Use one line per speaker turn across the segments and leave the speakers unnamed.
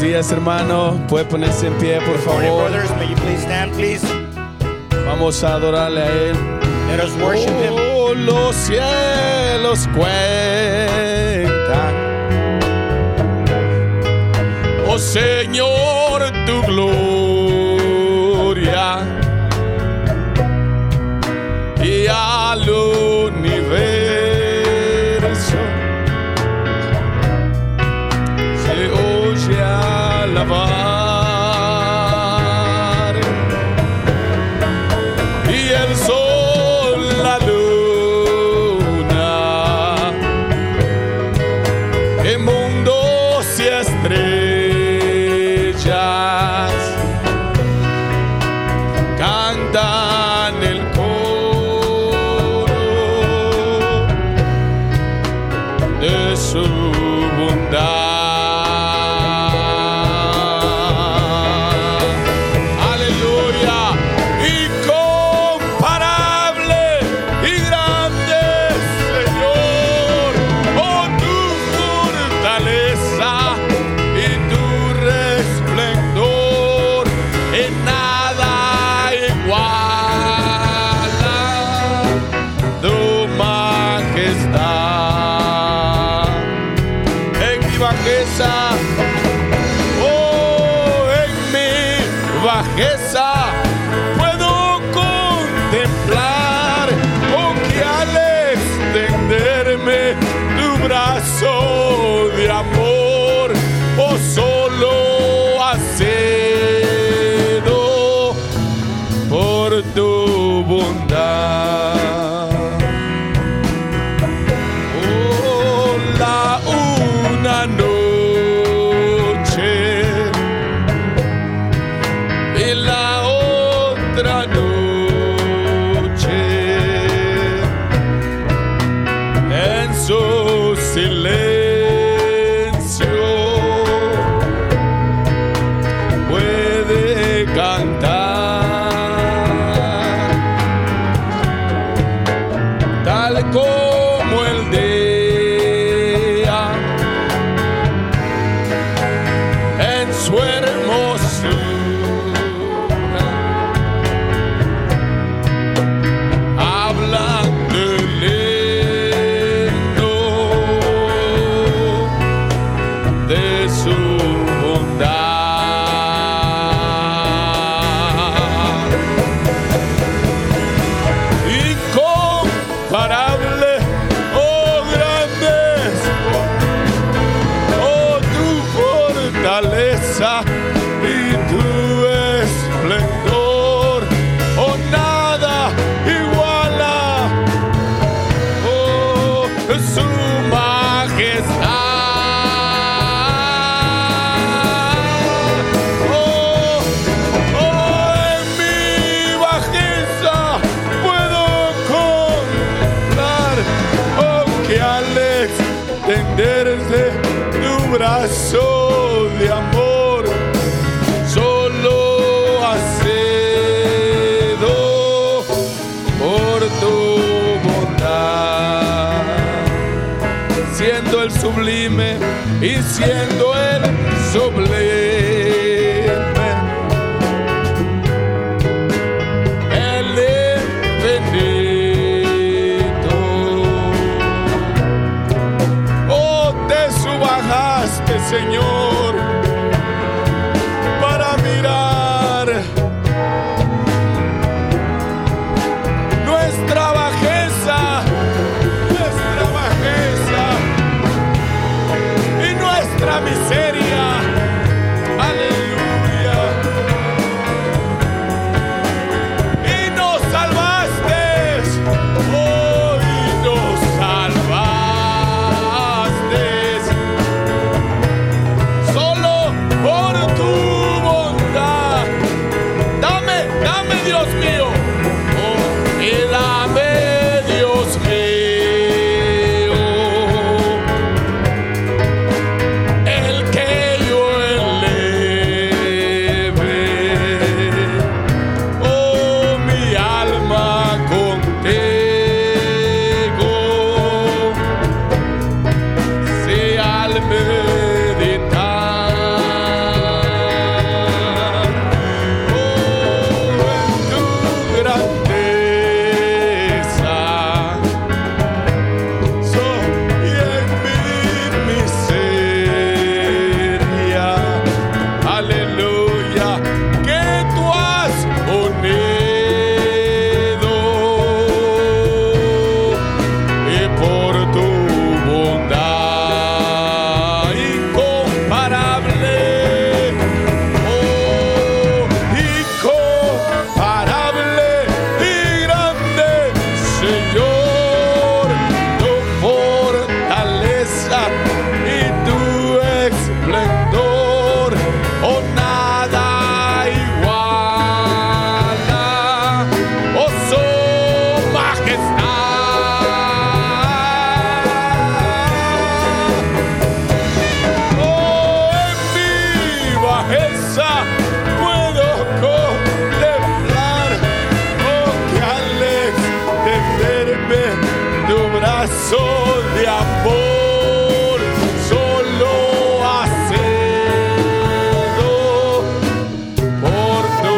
días, hermano. Puede ponerse en pie, por
Morning,
favor.
brothers. May you please stand, please?
Vamos a adorarle a Él.
Let us worship Him.
Oh, los cielos cuentan. Oh Señor, tu gloria. Y al universo se oye alabar y el sol, la luna, en mundos y estrellas cantan el coro de su bondad. Aleluya, incomparable y grande Señor, oh tu fortaleza y tu resplendor en nada igual tu majestad en mi bajeza. Oh, en mi bajeza puedo contemplar o que al extenderme tu brazo de amor o solo acedo por tu bondad. Oh, la una noche y la otra noche en su silencio puede cantar tal como el día en su hermosura hablan de lindo de su bondad incomparable, oh grandes, oh tu fortaleza y tu esplendor, oh nada iguala, oh su majestad, oh Oh, en mi bajeza puedo contemplar, oh, que al extenderse tu brazo de amor, solo acedo por tu bondad siendo el sublime y siendo el sublime. El infinito. Oh, te subajaste, Señor, para mirar nuestra bajeza, nuestra bajeza y nuestra miseria. Aleluya. Y nos salvaste, hoy nos salvaste. Solo por tu bondad. Dame, dame Dios mío. Oh, y dame Dios mío. El que yo eleve. Oh, mi alma contigo. Si al meditar Oh, e Oh, Oh, Oh, corazón de amor solo hacedo por tu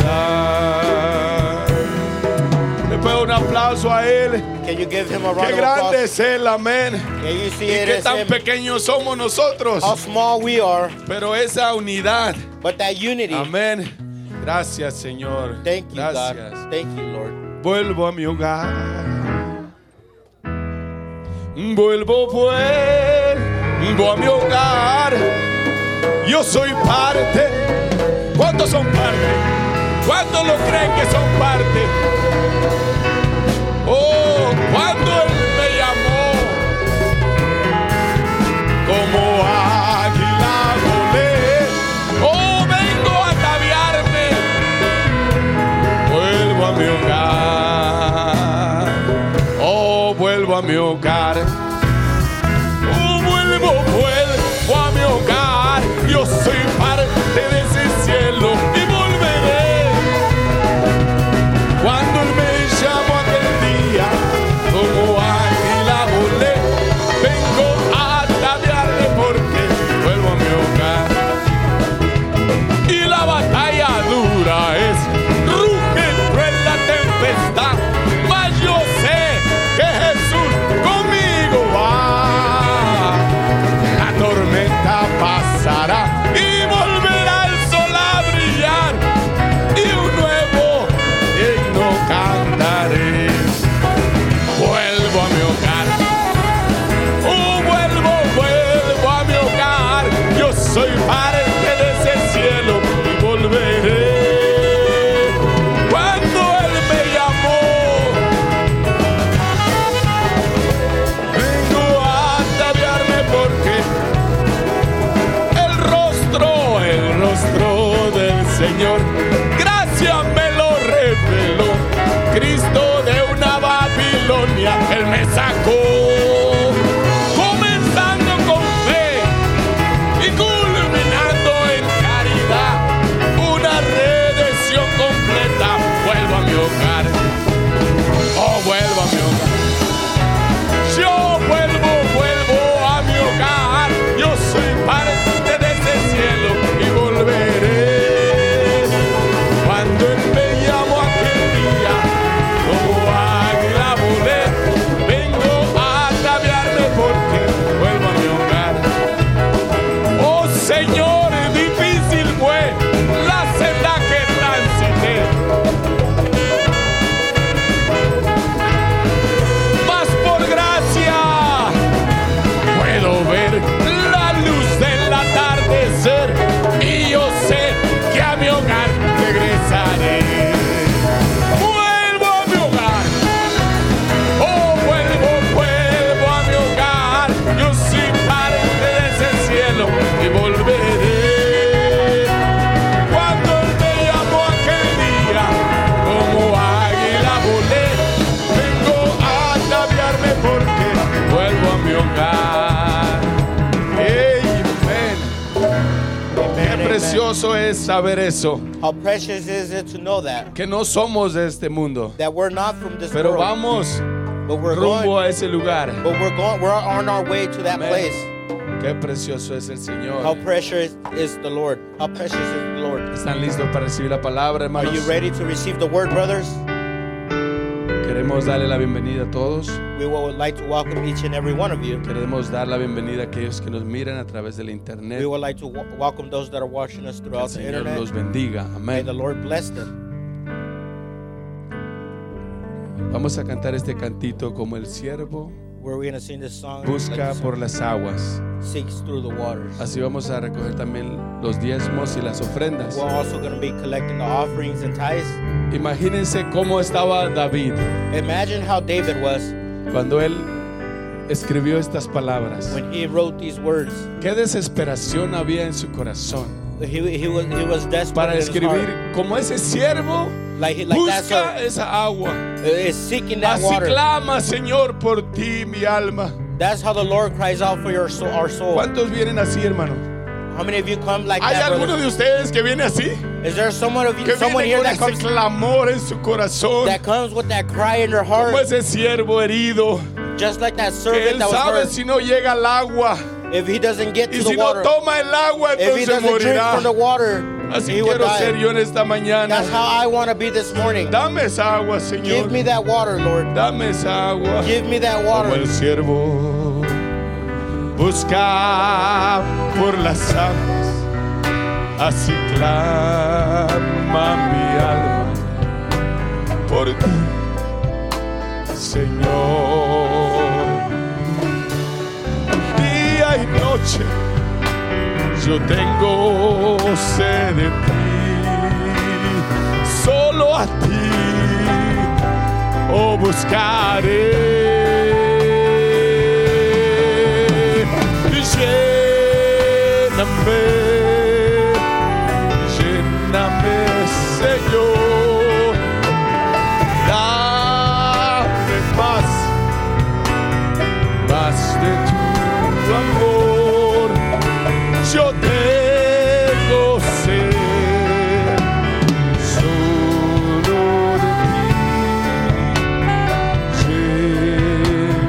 bondad. Le puedo un aplauso a Él.
Can you give him a
Oh. Qué
round of
grande
applause?
es Él, amén.
Can you see
Y
it
qué
as
tan
him?
pequeños somos nosotros.
How small we are,
Pero esa unidad,
but that unity.
amén. Gracias, Señor.
Thank you,
Gracias.
God. Thank you, Lord.
Vuelvo a mi hogar. Vuelvo, vuelvo a mi hogar. Yo soy parte. ¿Cuántos son parte? ¿Cuántos lo creen que son parte? Oh, cuando Él me llamó, como águila volé. Oh, vengo a ataviarme vuelvo a mi hogar. Oh, vuelvo a mi hogar. Oh, vuelvo, vuelvo a mi hogar. Yo soy parte de ese cielo y volveré. Cuando él me llamó aquel día, como águila volé, vengo a tadearle porque vuelvo a mi hogar y la batalla dura es. Ruge cruel la tempestad, mas yo sé que Jesús conmigo va. La tormenta pasará y volverá el sol a brillar y un nuevo himno cantaré. Vuelvo a mi hogar. Oh, vuelvo, vuelvo a mi hogar. Yo soy parte de ese cielo y volveré. Cuando Él me llamó, vengo a ataviarme porque el rostro, el rostro del Señor, gracias me lo reveló. Cristo de una Babilonia, Él me sacó comenzando con fe y culminando en caridad, una redención completa. Vuelvo a mi hogar, oh, vuelvo a mi hogar. Yo vuelvo, vuelvo a mi hogar, yo soy parte de ese cielo y volveré. Cuando él me llamó aquel día, como águila volé, vengo a ataviarme porque vuelvo a mi hogar. Oh Señor, difícil fue la senda que transité, mas por gracia puedo ver la luz del atardecer y yo sé que a mi hogar regresaré. Vuelvo a mi hogar. Oh, vuelvo, vuelvo a mi hogar. Yo soy parte de ese cielo y volveré. Cuando él me llamó aquel día, como águila volé, vengo a ataviarme porque vuelvo a mi hogar. Amen.
Amen,
Qué
amen.
precioso es saber eso,
How precious is it to know that
que no somos de este mundo,
that we're not from this
pero
world,
vamos
but we're
rumbo
going,
a ese lugar.
but we're going, we're on our way to that
Amen.
place.
Qué precioso es el Señor.
How precious is the Lord? How precious is the Lord?
¿Están listos para recibir la palabra,
Are
hermanos?
you ready to receive the word, brothers?
Queremos darle la bienvenida a todos.
We would like to welcome each and every one of you.
Queremos dar la bienvenida a aquellos que nos miran a través del internet.
We would like to w- welcome those that are watching us
Que el
throughout the
Señor los
internet.
bendiga.
May the
Amén.
Lord bless them.
Vamos a cantar este cantito como el siervo
We're going to sing this song.
busca
like the
por las aguas.
song, seeks through the waters.
Así vamos a recoger también los diezmos y las ofrendas.
We're also going to be collecting the offerings and tithes.
Imagínense cómo estaba David
Imagine how David was
cuando él escribió estas palabras.
when he wrote these words.
Qué desesperación había en su corazón
He, he was he was desperate
para
in his
escribir
heart.
como ese siervo
like he, like
Busca
that's
esa agua.
how, is seeking that
Así
water.
clama, Señor, por ti, mi alma.
That's how the Lord cries out for your soul, our soul.
¿Cuántos vienen así, hermano?
How many of you come like
¿Hay
that?
alguno
brother?
de ustedes que viene así?
Is there someone of
Que
you, someone
viene
here
con
that
ese
comes
clamor en su corazón.
that comes with that cry in their heart?
Como ese siervo herido
Just like that
Que
servant
él
that
sabe
was
si no llega al agua
hurt, if he doesn't get
y
to the
si no
water,
toma el agua,
if he
entonces
doesn't drink
morirá.
from the water,
Así
he will
quiero ser
die.
yo en esta
That's
mañana.
how I want to be this morning.
Dame esa agua, Señor.
Give me that water, Lord.
Dame esa agua.
Give me that
Como
water.
el siervo busca por las aguas, así clama mi alma por ti, Señor. Día y noche yo tengo sed de ti, solo a ti o buscaré. Lléname, lléname, Señor. Dame más, más de tu amor. Yo tengo sed solo de ti.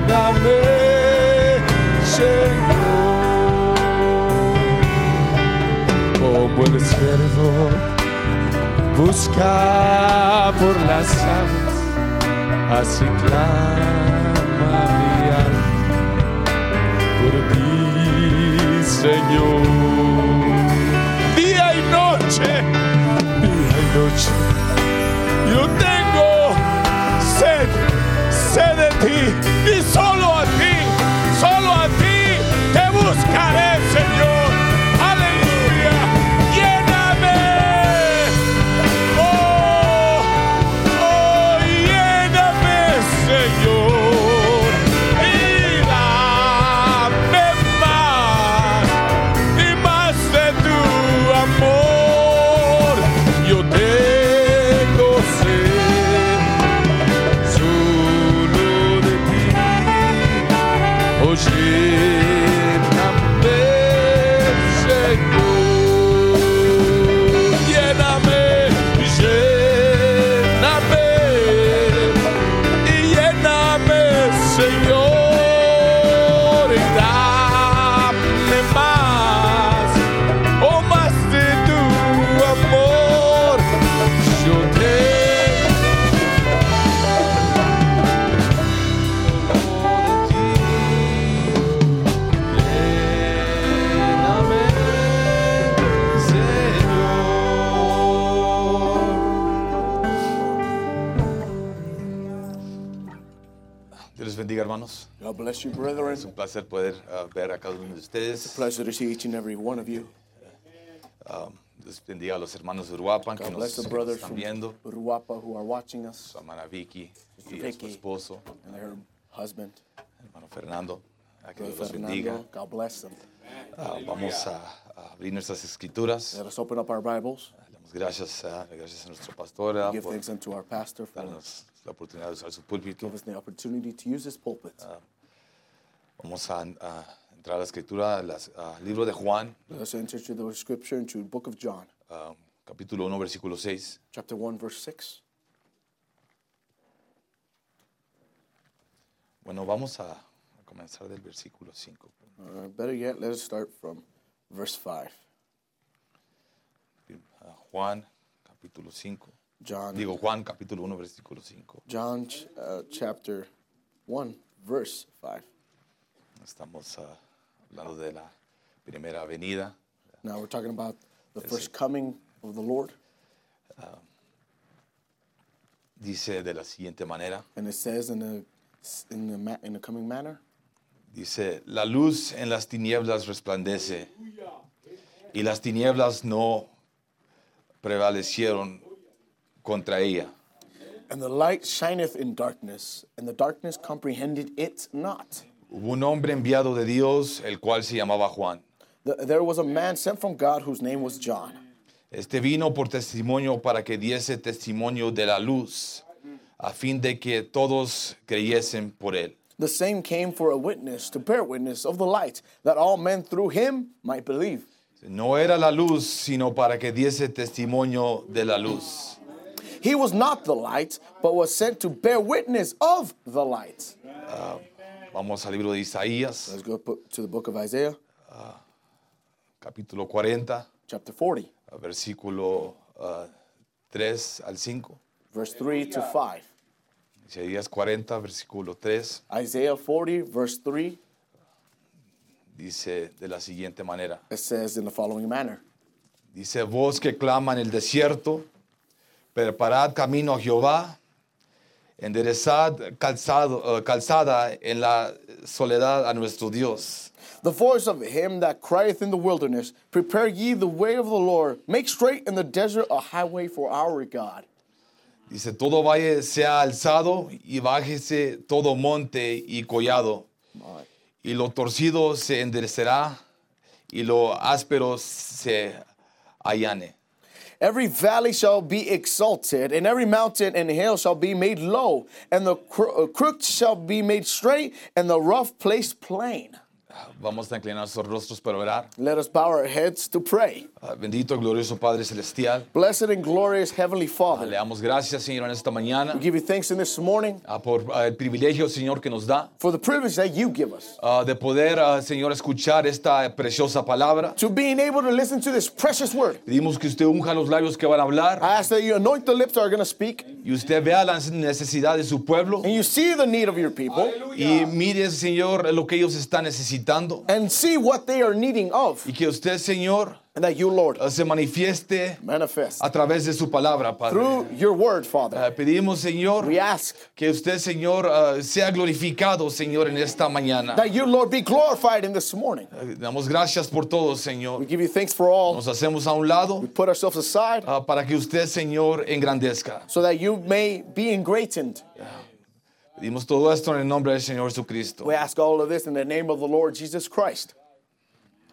Lléname, Señor, como el siervo busca por las aguas, así clama mi alma por ti, Señor. Día y noche, día y noche, yo tengo sed, sed de ti y solo a ti, solo a ti te buscaré, Señor. Aleluya, lléname, oh, oh, lléname, Señor. Y dame más, y más de tu amor. Yo tengo sed solo de ti. Oh, lléname, Señor. Lléname, lléname y lléname, Señor. Y dame más, oh, más de tu amor. Yo te
Dios les bendiga, hermanos.
God bless you, brethren.
Un placer poder ah, ver a cada uno de ustedes.
Pleasure to see each and every one of you.
Les bendiga a los hermanos de Uruapan que
God
nos
bless the brothers
están
from
viendo.
Uruapa who are watching us
Su hermana Vicky y a su
Vicky.
esposo,
and their husband,
hermano Fernando. A que
Brother
Dios los bendiga.
Fernando. God bless them.
Ah, vamos a, a abrir nuestras escrituras.
Let us open up our Bibles.
Le damos gracias a, gracias a nuestra pastora
Give
Ah, por
thanks unto our pastor for
darnos la oportunidad de usar su púlpito.
give us the opportunity to use this pulpit.
Ah. Vamos a, a entrar a la escritura, al libro de Juan,
Let us enter to the scripture into the book of John,
ah, capítulo 1, versículo 6.
chapter 1, verse 6.
Bueno, vamos a, a comenzar del versículo 5.
Or Uh, better yet, let us start from verse 5.
Ah, Juan, capítulo 5.
John,
Digo, Juan capítulo 1, versículo 5.
John ch- uh, chapter 1, verse 5.
Estamos ah, hablando de la primera venida.
Now we're talking about the first coming of the Lord.
Dice de la siguiente manera.
And it says in the in the ma- in the coming manner,
Dice, la luz en las tinieblas resplandece y las tinieblas no prevalecieron contra ella.
and the light shineth in darkness, and the darkness comprehended it not.
Hubo un hombre enviado de Dios, el cual se llamaba Juan.
Th- There was a man sent from God whose name was John.
Este vino por testimonio para que diese testimonio de la luz, a fin de que todos creyesen por él.
The same came for a witness to bear witness of the light, that all men through him might believe.
No era la luz, sino para que diese testimonio de la luz.
He was not the light, but was sent to bear witness of the light.
Vamos al libro de Isaías,
Let's go put to the book of Isaiah,
capítulo 40,
chapter 40,
versículo ah, 3 al 5.
verse 3 to 5.
Isaías 40, versículo 3,
Isaiah 40, verse 3,
dice de la siguiente manera.
it says in the following manner
Dice, voz que clama en el desierto, preparad camino a Jehová, enderezad calzado, eh, calzada en la soledad a nuestro Dios.
The voice of him that crieth in the wilderness, Prepare ye the way of the Lord, make straight in the desert a highway for our God.
Dice, todo valle sea alzado y bájese todo monte y collado, y lo torcido se enderecerá y lo áspero se allane.
Every valley shall be exalted, and every mountain and hill shall be made low, and the cro- uh, crooked shall be made straight, and the rough place plain.
Vamos a inclinar nuestros rostros para orar.
Let us bow our heads to pray.
Ah, Bendito y glorioso Padre Celestial.
Blessed and glorious Heavenly
Le
Father,
damos gracias, Señor, en esta mañana.
we give you thanks in this morning
ah, por ah, el privilegio, Señor, que nos da
for the privilege that you give us
ah, de poder, ah, Señor, escuchar esta preciosa palabra.
to being able to listen to this precious word.
Pedimos que usted unja los labios que van a hablar
I ask that you anoint the lips that are going to speak,
y usted vea la necesidad de su pueblo
and you see the need of your people,
y mire, Señor, lo que ellos están necesitando
and see what they are needing of,
y que usted, Señor,
and that you, Lord,
ah, se manifieste
manifest
a través de su palabra, Padre.
through your word, Father.
Ah, pedimos, Señor,
We ask
que usted, Señor, ah, sea glorificado, Señor, en esta mañana.
that you, Lord, be glorified in this morning.
Ah, Damos gracias por todo,
We
Señor.
give you thanks for all.
Nos hacemos a un lado
We put ourselves aside
ah, para que usted, Señor, engrandezca.
so that you may be engratened.
Pedimos todo esto en el nombre del Señor Jesucristo.
We ask all of this in the name of the Lord Jesus Christ.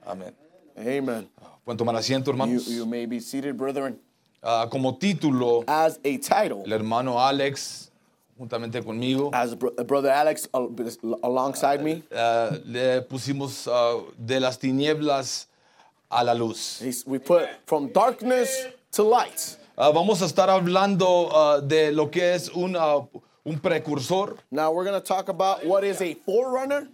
Amén.
Amen.
Pueden tomar asiento,
You,
hermanos.
you may be seated, brethren.
Ah, como título,
As a title,
el hermano Alex, juntamente conmigo,
as br- brother Alex al- alongside me,
ah, le pusimos ah, de las tinieblas a la luz.
he's- we put from darkness to light.
Ah, vamos a estar hablando ah, de lo que es un, ah, un precursor.
Now we're going to talk about what is a forerunner.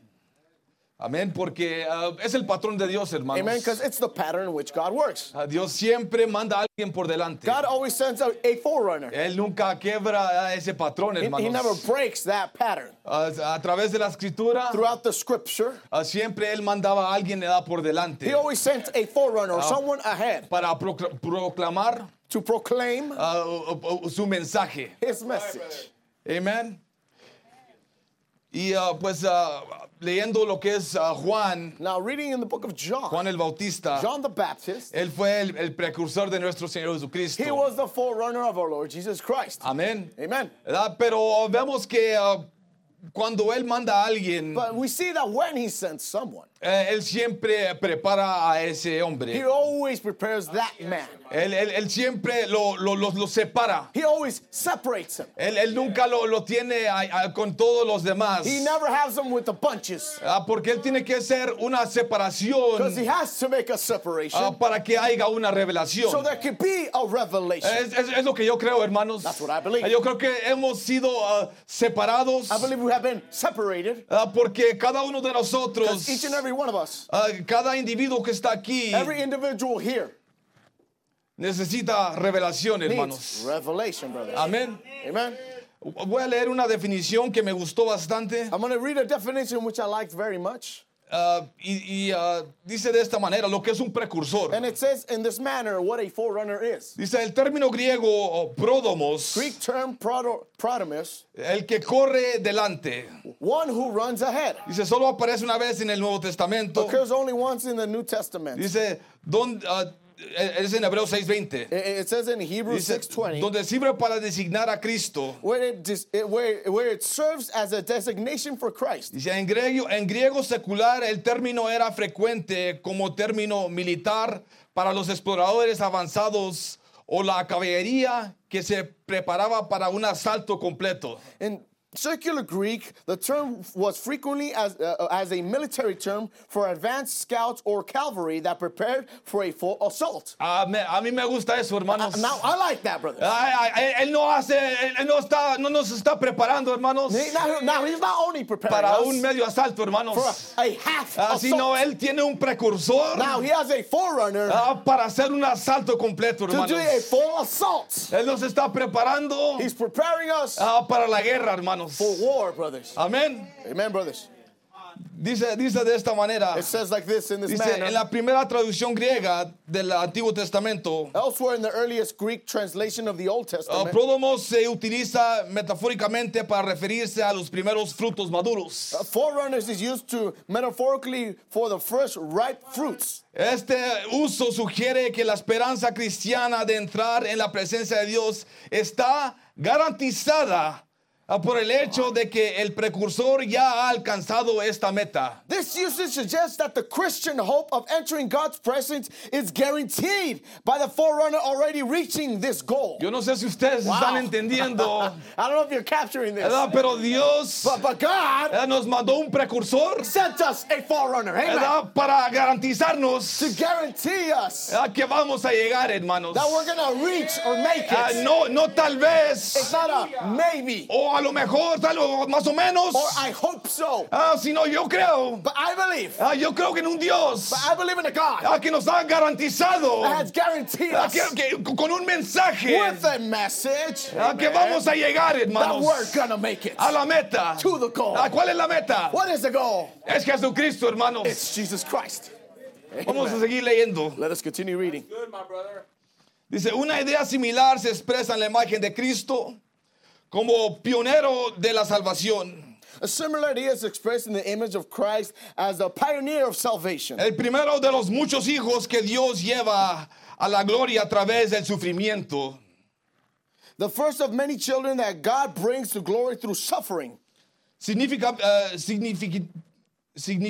Amén, porque ah, es el patrón de Dios, hermanos.
Amen. Because it's the pattern in which God works.
Ah, Dios siempre manda a alguien por delante.
God always sends out a forerunner,
Él nunca quebra ah, ese patrón,
he,
hermanos.
he never breaks that pattern.
Ah, a través de la escritura,
Throughout the scripture,
Ah, Siempre él mandaba a alguien edad por delante
He always sent a forerunner or someone ahead
para procl- proclamar
to proclaim
ah, o- o- su mensaje.
his message.
Amén. Y ah, pues ah, leyendo lo que es ah, Juan,
Now, reading in the book of John,
Juan el Bautista,
John the Baptist,
él fue el, el precursor de nuestro Señor
he
Jesucristo.
was the forerunner of our Lord Jesus Christ.
Amén.
Amen.
¿Verdad? Pero vemos que ah, cuando él manda a alguien,
But we see that when he sends someone,
eh, él siempre prepara a ese
he
hombre.
always prepares that man.
Él, él- él siempre lo- lo- lo- lo separa.
He always separates him.
Él, él nunca lo, lo tiene a- a- con todos los demás.
He never has them with the bunches
Ah, porque él tiene que hacer una
because he
separación
has to make a separation
ah, para que haya una revelación.
so there could be a revelation.
Es, es- es lo que yo creo, hermanos.
That's what I believe.
Ah, Yo creo que hemos sido ah, separados
I believe we have been separated
ah, porque cada uno de nosotros,
because each and every one of us,
ah, cada individuo que está aquí,
every individual here,
necesita revelación,
needs
hermanos.
revelation, brother.
Amén.
Amen.
Voy a leer una definición que me gustó bastante
I'm going to read a definition which I liked very much.
ah, y, y, ah, dice de esta manera lo que es un precursor.
And it says in this manner what a forerunner is.
Dice el término griego o pródomos,
Greek term proto- protomus,
el que corre delante.
one who runs ahead.
Dice, solo aparece una vez en el Nuevo Testamento.
Occurs only once in the New Testament. It
Dice, don- ah, es en Hebreos 6:20.
it says in Hebrews
Dice,
6.20,
donde sirve para designar a Cristo.
where it, dis- it- where, where it serves as a designation for Christ.
Dice, en griego, en griego secular el término era frecuente como término militar para los exploradores avanzados o la caballería que se preparaba para un asalto completo.
In Circular Greek, the term was frequently as, uh, as a military term for advanced scouts or cavalry that prepared for a full assault.
Ah, me- a mí me gusta eso, hermanos.
Now, I like that, brother.
Ay, ay, él- él no hace, él, él no está, no nos está preparando, hermanos,
He- now, now, he's not only preparing
para
us
un medio asalto,
for
hermanos.
a, a half
Ah,
assault.
sino él tiene un precursor
now, he has a forerunner
ah, para hacer un asalto completo,
to do
hermanos.
a full assault.
Él nos está preparando
He's preparing us
ah, para la guerra, hermanos.
for war, brothers.
Amén.
Amen, brothers.
Dice, dice de esta manera.
It says like this in this
Dice,
manner.
en la primera traducción griega del Antiguo Testamento,
Elsewhere in the earliest Greek translation of the Old Testament,
pródomos se utiliza metafóricamente para referirse a los primeros frutos maduros.
forerunners is used to metaphorically for the first ripe fruits.
Este uso sugiere que la esperanza cristiana de entrar en la presencia de Dios está garantizada ah, por el hecho de que el precursor ya ha alcanzado esta meta.
This usage suggests that the Christian hope of entering God's presence is guaranteed by the forerunner already reaching this goal.
Yo no sé si ustedes están entendiendo,
I don't know if you're capturing this,
¿verdad? pero Dios
but, but God
¿verdad? nos mandó un precursor
sent us a forerunner. Amen.
¿verdad? para garantizarnos
To guarantee us
¿verdad? que vamos a llegar, hermanos.
that we're gonna reach or make
Ah,
it.
no, no tal
It's
vez,
not a maybe
o a lo mejor, tal o más o menos,
or I hope so,
ah, sino yo creo,
but I believe.
ah, yo creo que en un Dios
I believe in a God
ah, que nos ha garantizado
that has guaranteed
ah,
us
que- que- con un mensaje
with a message
ah, que vamos a llegar,
that
hermanos,
we're gonna make it.
a la meta.
To the goal.
Ah, ¿Cuál es la meta?
What is the goal?
Es Jesucristo, hermanos.
It's Jesus Christ.
Vamos a
Amen.
seguir leyendo.
Let us continue reading.
Dice, una idea similar se expresa en la imagen de Cristo como pionero de la salvación.
A similar idea is expressed in the image of Christ as the pioneer of salvation.
El primero de los muchos hijos que Dios lleva a la gloria a través del sufrimiento.
The first of many children that God brings to glory through suffering.
Significa- eh, signifiqui-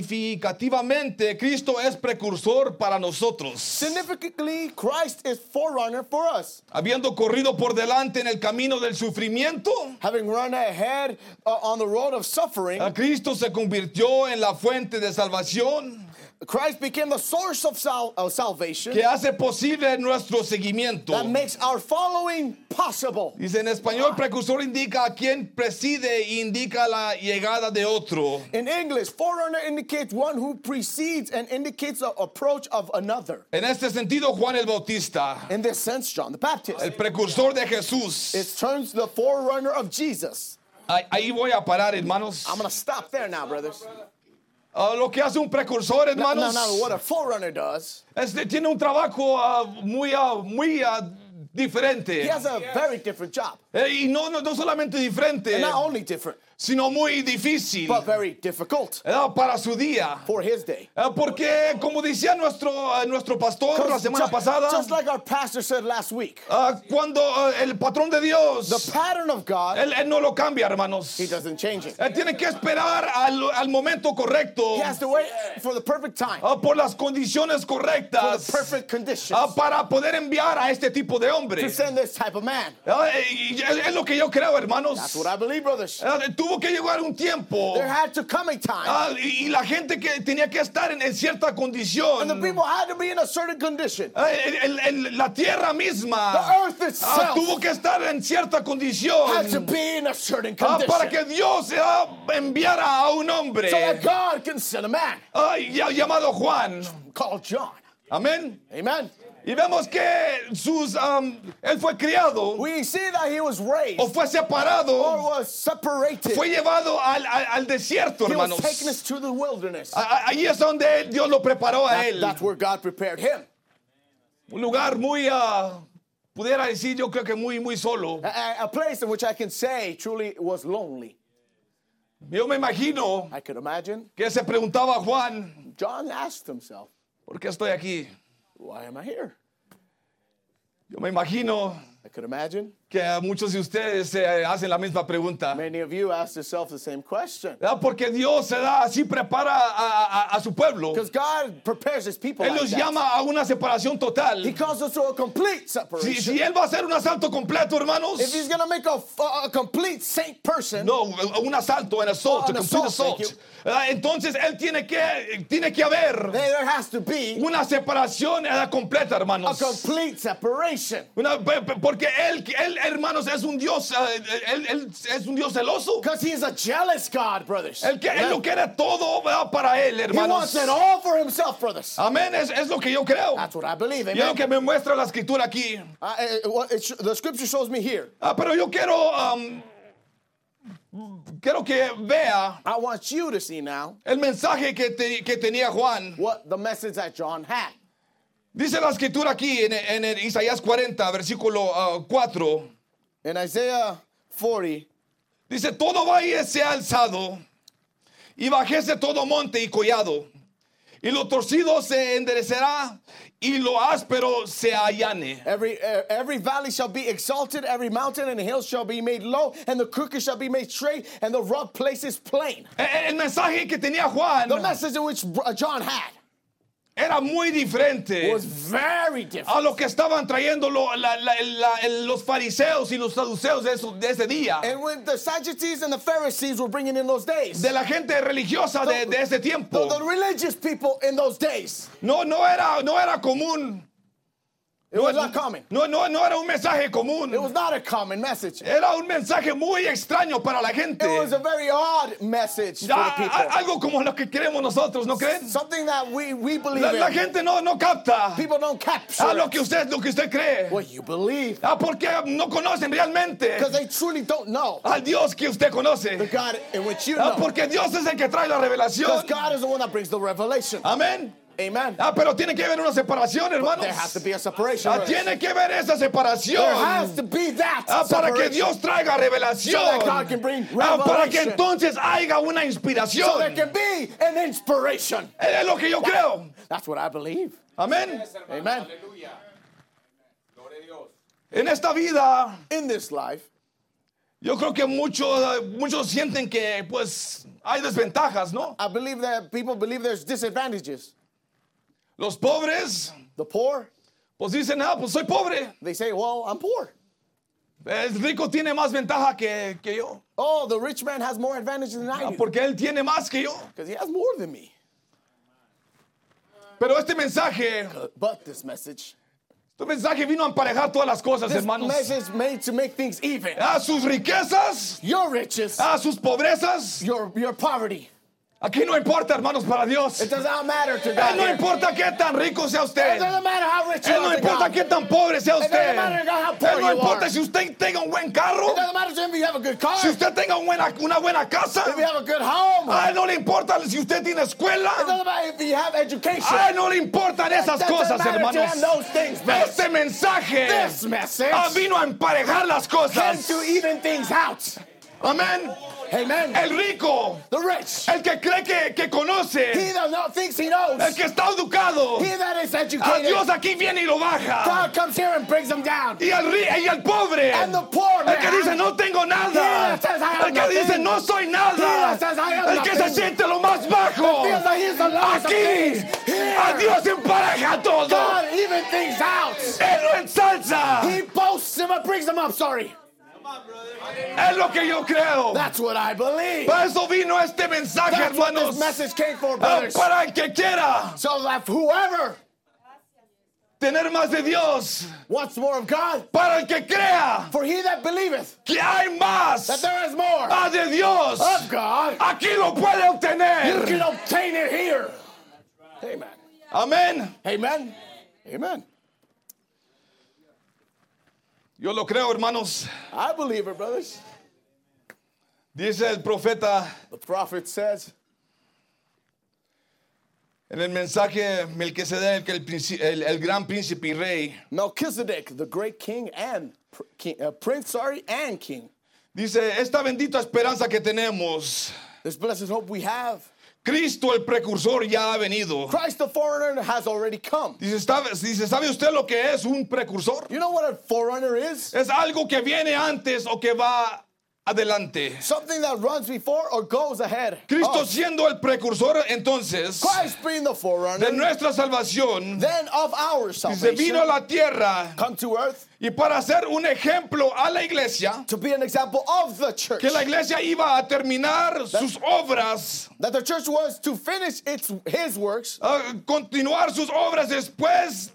significativamente, Cristo es precursor para nosotros,
Significantly, Christ is forerunner for us.
habiendo corrido por delante en el camino del sufrimiento.
Having run ahead uh, on the road of suffering,
a Cristo se convirtió en la fuente de salvación
Christ became the source of, sal- of salvation
que hace posible nuestro seguimiento.
that makes our following possible.
Dice en español, precursor indica a quien preside e indica la llegada de otro.
In English, forerunner indicates one who precedes and indicates the approach of another.
En este sentido, Juan el Bautista,
In this sense, John the Baptist
el precursor de Jesús.
is termed the forerunner of Jesus.
Ahí- Ahí voy a parar, hermanos.
I'm gonna stop there now, brothers.
Ah, lo que hace un precursor,
Now,
hermanos,
now, what a forerunner does,
este, tiene un trabajo ah, muy, ah, muy ah, diferente.
he has a very different job.
Eh, y no, no, no solamente diferente,
And not only different,
sino muy difícil
but very difficult
ah, para su día.
for his day.
Ah, porque, como decía nuestro, ah, nuestro pastor la semana
ju-
pasada,
just like our pastor said last week,
ah, cuando ah, el patrón de Dios,
the pattern of God,
él, él no lo cambia, hermanos.
he doesn't change it.
Él tiene que esperar al, al momento correcto,
He has to wait for the perfect time,
ah, por las condiciones
for
correctas.
the perfect conditions
Ah, para poder enviar a este tipo de
to
hombre.
send this type of man.
Ah, y- y- es lo que yo creo, hermanos.
That's what I believe, brothers.
Ah, tuvo que llegar un tiempo
There had to come a time
ah, y, y la gente que tenía que estar en, en cierta
when the
condición.
people had to be in a certain condition.
Ah, el- el- el- la tierra
The
misma
earth itself
ah, tuvo que estar en cierta condición
had to be in a certain
ah,
condition
para que Dios ah, enviara a un hombre
so that God can send a man
ah, ya- llamado Juan.
called John.
Amén.
Amen.
Y vemos que sus, am, él fue criado
We see that he was raised
o
or
fue separado
was separated.
fue llevado al, al- al desierto,
He was
hermanos.
taken us to the wilderness.
A- a- Ahí es donde él- Dios lo preparó a
That-
él.
that's where God prepared him.
Un lugar muy, ah, pudiera decir, yo creo que muy, muy solo.
A- A, a place in which I can say truly was lonely.
Yo me imagino
I could imagine.
que se preguntaba a Juan,
John asked himself,
¿por qué estoy aquí?
Why am I here?
Yo me imagino
I could imagine.
que a muchos de ustedes se hacen la misma pregunta.
Many of you ask yourself the same question.
¿verdad? Ah, Porque Dios se da así, prepara a, a- a su pueblo.
Because God prepares his people.
Él
like
los
that.
llama a una separación
He
total.
calls us to a complete
Si,
separation.
si Él va a hacer un asalto completo, hermanos,
If he's going to make a, f- a complete saint person,
no, un asalto, un assault,
Oh, an
a complete
assault,
assault.
thank you.
¿verdad? Entonces Él tiene que, tiene que haber
then there has to be
una separación eh, completa,
a
hermanos.
complete separation.
Una- pe- pe- porque él, él, hermanos, es un Dios, eh, él, él es un Dios celoso.
Because he's a jealous God, brothers.
Él, que, él lo quiere todo ¿verdad? para él,
He
hermanos.
wants it all for himself, brothers.
Amén, es, es lo que yo creo.
That's what I believe.
Y es lo
Amen.
que me muestra la escritura aquí.
I- I- what it sh- the scripture shows me here.
Ah, pero yo quiero, am, quiero que vea
I want you to see now
el mensaje que, te- que tenía Juan.
what the message that John had.
Dice la escritura aquí en, en el Isaías 40, versículo ah, 4.
In Isaiah 40,
Dice, todo valle se ha alzado y bajese todo monte y collado. Y lo torcido se enderecerá y lo áspero se allane.
every uh, every valley shall be exalted, every mountain and hill shall be made low, and the crooked shall be made straight, and the rough places plain.
E- e- El mensaje que tenía Juan
The message in which Br- John had
era muy diferente
was very
a
different
lo que estaban trayendo lo- la- la- la- el- los fariseos y los saduceos de, esos- de ese día.
And when the Sadducees and the Pharisees were bringing in those days,
De la gente religiosa de, de ese
the,
tiempo.
the religious people in those days,
No, no era, no era común.
it was not common.
No, no, no era un mensaje común.
It was not a common message. It
Era un mensaje muy extraño para la gente.
was a very odd message for
Ya,
the
a-
people.
algo como lo que queremos nosotros, ¿no creen?
Something that we, we believe
La, la
in.
gente no, no capta
People don't capture
a lo que usted, lo que usted cree.
what you believe
Ah, porque no conocen realmente
because they truly don't know
al Dios que usted
the
conoce.
God in which you
Ah,
know.
porque Dios es el que trae la revelación.
Because God is the one that brings the revelation.
Amén.
Amen.
Ah, pero tiene que haber una separación, hermanos.
There has to be a separation.
Ah,
brothers.
tiene que haber esa
There has
separación.
to be that
Ah, para que
separation.
Dios traiga revelación.
So that God can bring
Ah, para que
revelation.
entonces haya una
so there
inspiración.
can be an inspiration.
Es lo que yo creo.
That's what I believe.
Amén.
Amen.
Aleluya. Gloria a Dios.
En esta vida,
In this life,
yo creo que muchos, muchos sienten que pues hay desventajas, ¿no?
I believe that people believe there's disadvantages.
Los pobres,
The poor,
pues dicen, ah, pues soy pobre.
they say, well, I'm poor.
El rico tiene más ventaja que, que yo.
Oh, the rich man has more advantages than I
Ah,
do
porque él tiene más que yo.
because he has more than me.
Pero este mensaje,
But this message,
este mensaje vino a emparejar todas las cosas,
this
hermanos.
message made to make things even.
A sus riquezas,
Your riches,
a sus pobrezas.
your your poverty,
Aquí no importa, hermanos, para Dios.
it does not matter to
Él
God.
no
here.
importa qué tan rico sea
It
usted.
doesn't matter how rich you
Él no
are to
importa
God.
qué tan pobre
Este
sea usted.
matter how poor
Él no
you
importa
are.
si usted tenga un buen carro.
It doesn't matter to him if you have a good car,
Si usted tenga un buena- una buena casa,
if you have a good home.
a él no le importa si usted tiene
it doesn't
escuela,
matter if you have education.
a él no le importan esas
doesn't
cosas,
Este matter este to
hermanos.
him those things, brothers.
Este mensaje
This message
ah, vino a emparejar las
Tend
cosas.
to even things out.
Amén.
Amen.
El rico,
the rich.
el que cree que, que
He
conoce,
that know, thinks he knows.
el que está educado,
He that Uh, is
a
educated.
Dios aquí viene y lo baja.
God comes here and brings him down.
Y el, ri- y el pobre,
And the poor
el que
man.
dice no tengo nada,
He that says, "I have
el que dice
nothing."
no soy
He
nada,
that says, "I have
el que se
nothing."
siente lo más bajo.
Feels like he's the last of
Aquí,
things. Here.
a Dios empareja todo.
God even things out.
Él lo ensalza.
He boasts him and brings him up. Sorry.
Es lo que yo creo.
That's what I believe.
Para eso vino este mensaje,
That's what
hermanos.
this message came for,
Ah,
brothers.
Para el que quiera
So that whoever
tener más de Dios.
wants more of God,
Para el que crea
for he that believeth
que hay
that
más
there is more
ah, de Dios.
of God,
Aquí lo puede
you
obtener.
can obtain it here. Amen.
Amén.
Amen. Amen.
Yo lo creo, hermanos.
I believe it, brothers.
Dice el profeta
The prophet says,
en el mensaje Melquisedec, el, princi- el, el gran príncipe y rey.
Melchizedek, the great king and pr- king, uh, prince, sorry, and king.
Dice, esta bendita esperanza que tenemos
This blessed hope we have
Cristo el precursor ya ha venido.
Christ the forerunner has already come.
Dice, ¿sabe, dice, ¿sabe usted lo que es un precursor?
You know what a forerunner is?
Es algo que viene antes o que va adelante.
Something that runs before or goes ahead.
Cristo
of.
siendo el precursor entonces
Christ being the
de
forerunner,
nuestra salvación,
then of our
se vino a
salvation,
la tierra
come to earth
y para hacer un ejemplo a la iglesia,
to be an example of the church.
que la iglesia iba a terminar sus obras,
That the church was to finish its his works,
a continuar sus obras después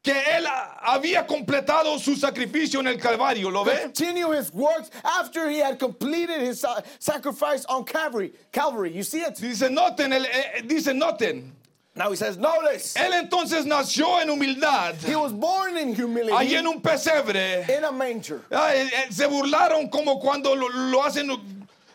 que él a- había completado su sacrificio en el Calvario, ¿lo ve?
continue his works after he had completed his sa- sacrifice on Calvary. Calvary, you see it?
Dice, noten, el- eh, eh, dice, noten.
Now he says, notice,
Él entonces nació en humildad,
he was born in
allí
humility
en un pesebre.
in a manger.
Ah, eh, eh, se burlaron como cuando lo, lo hacen,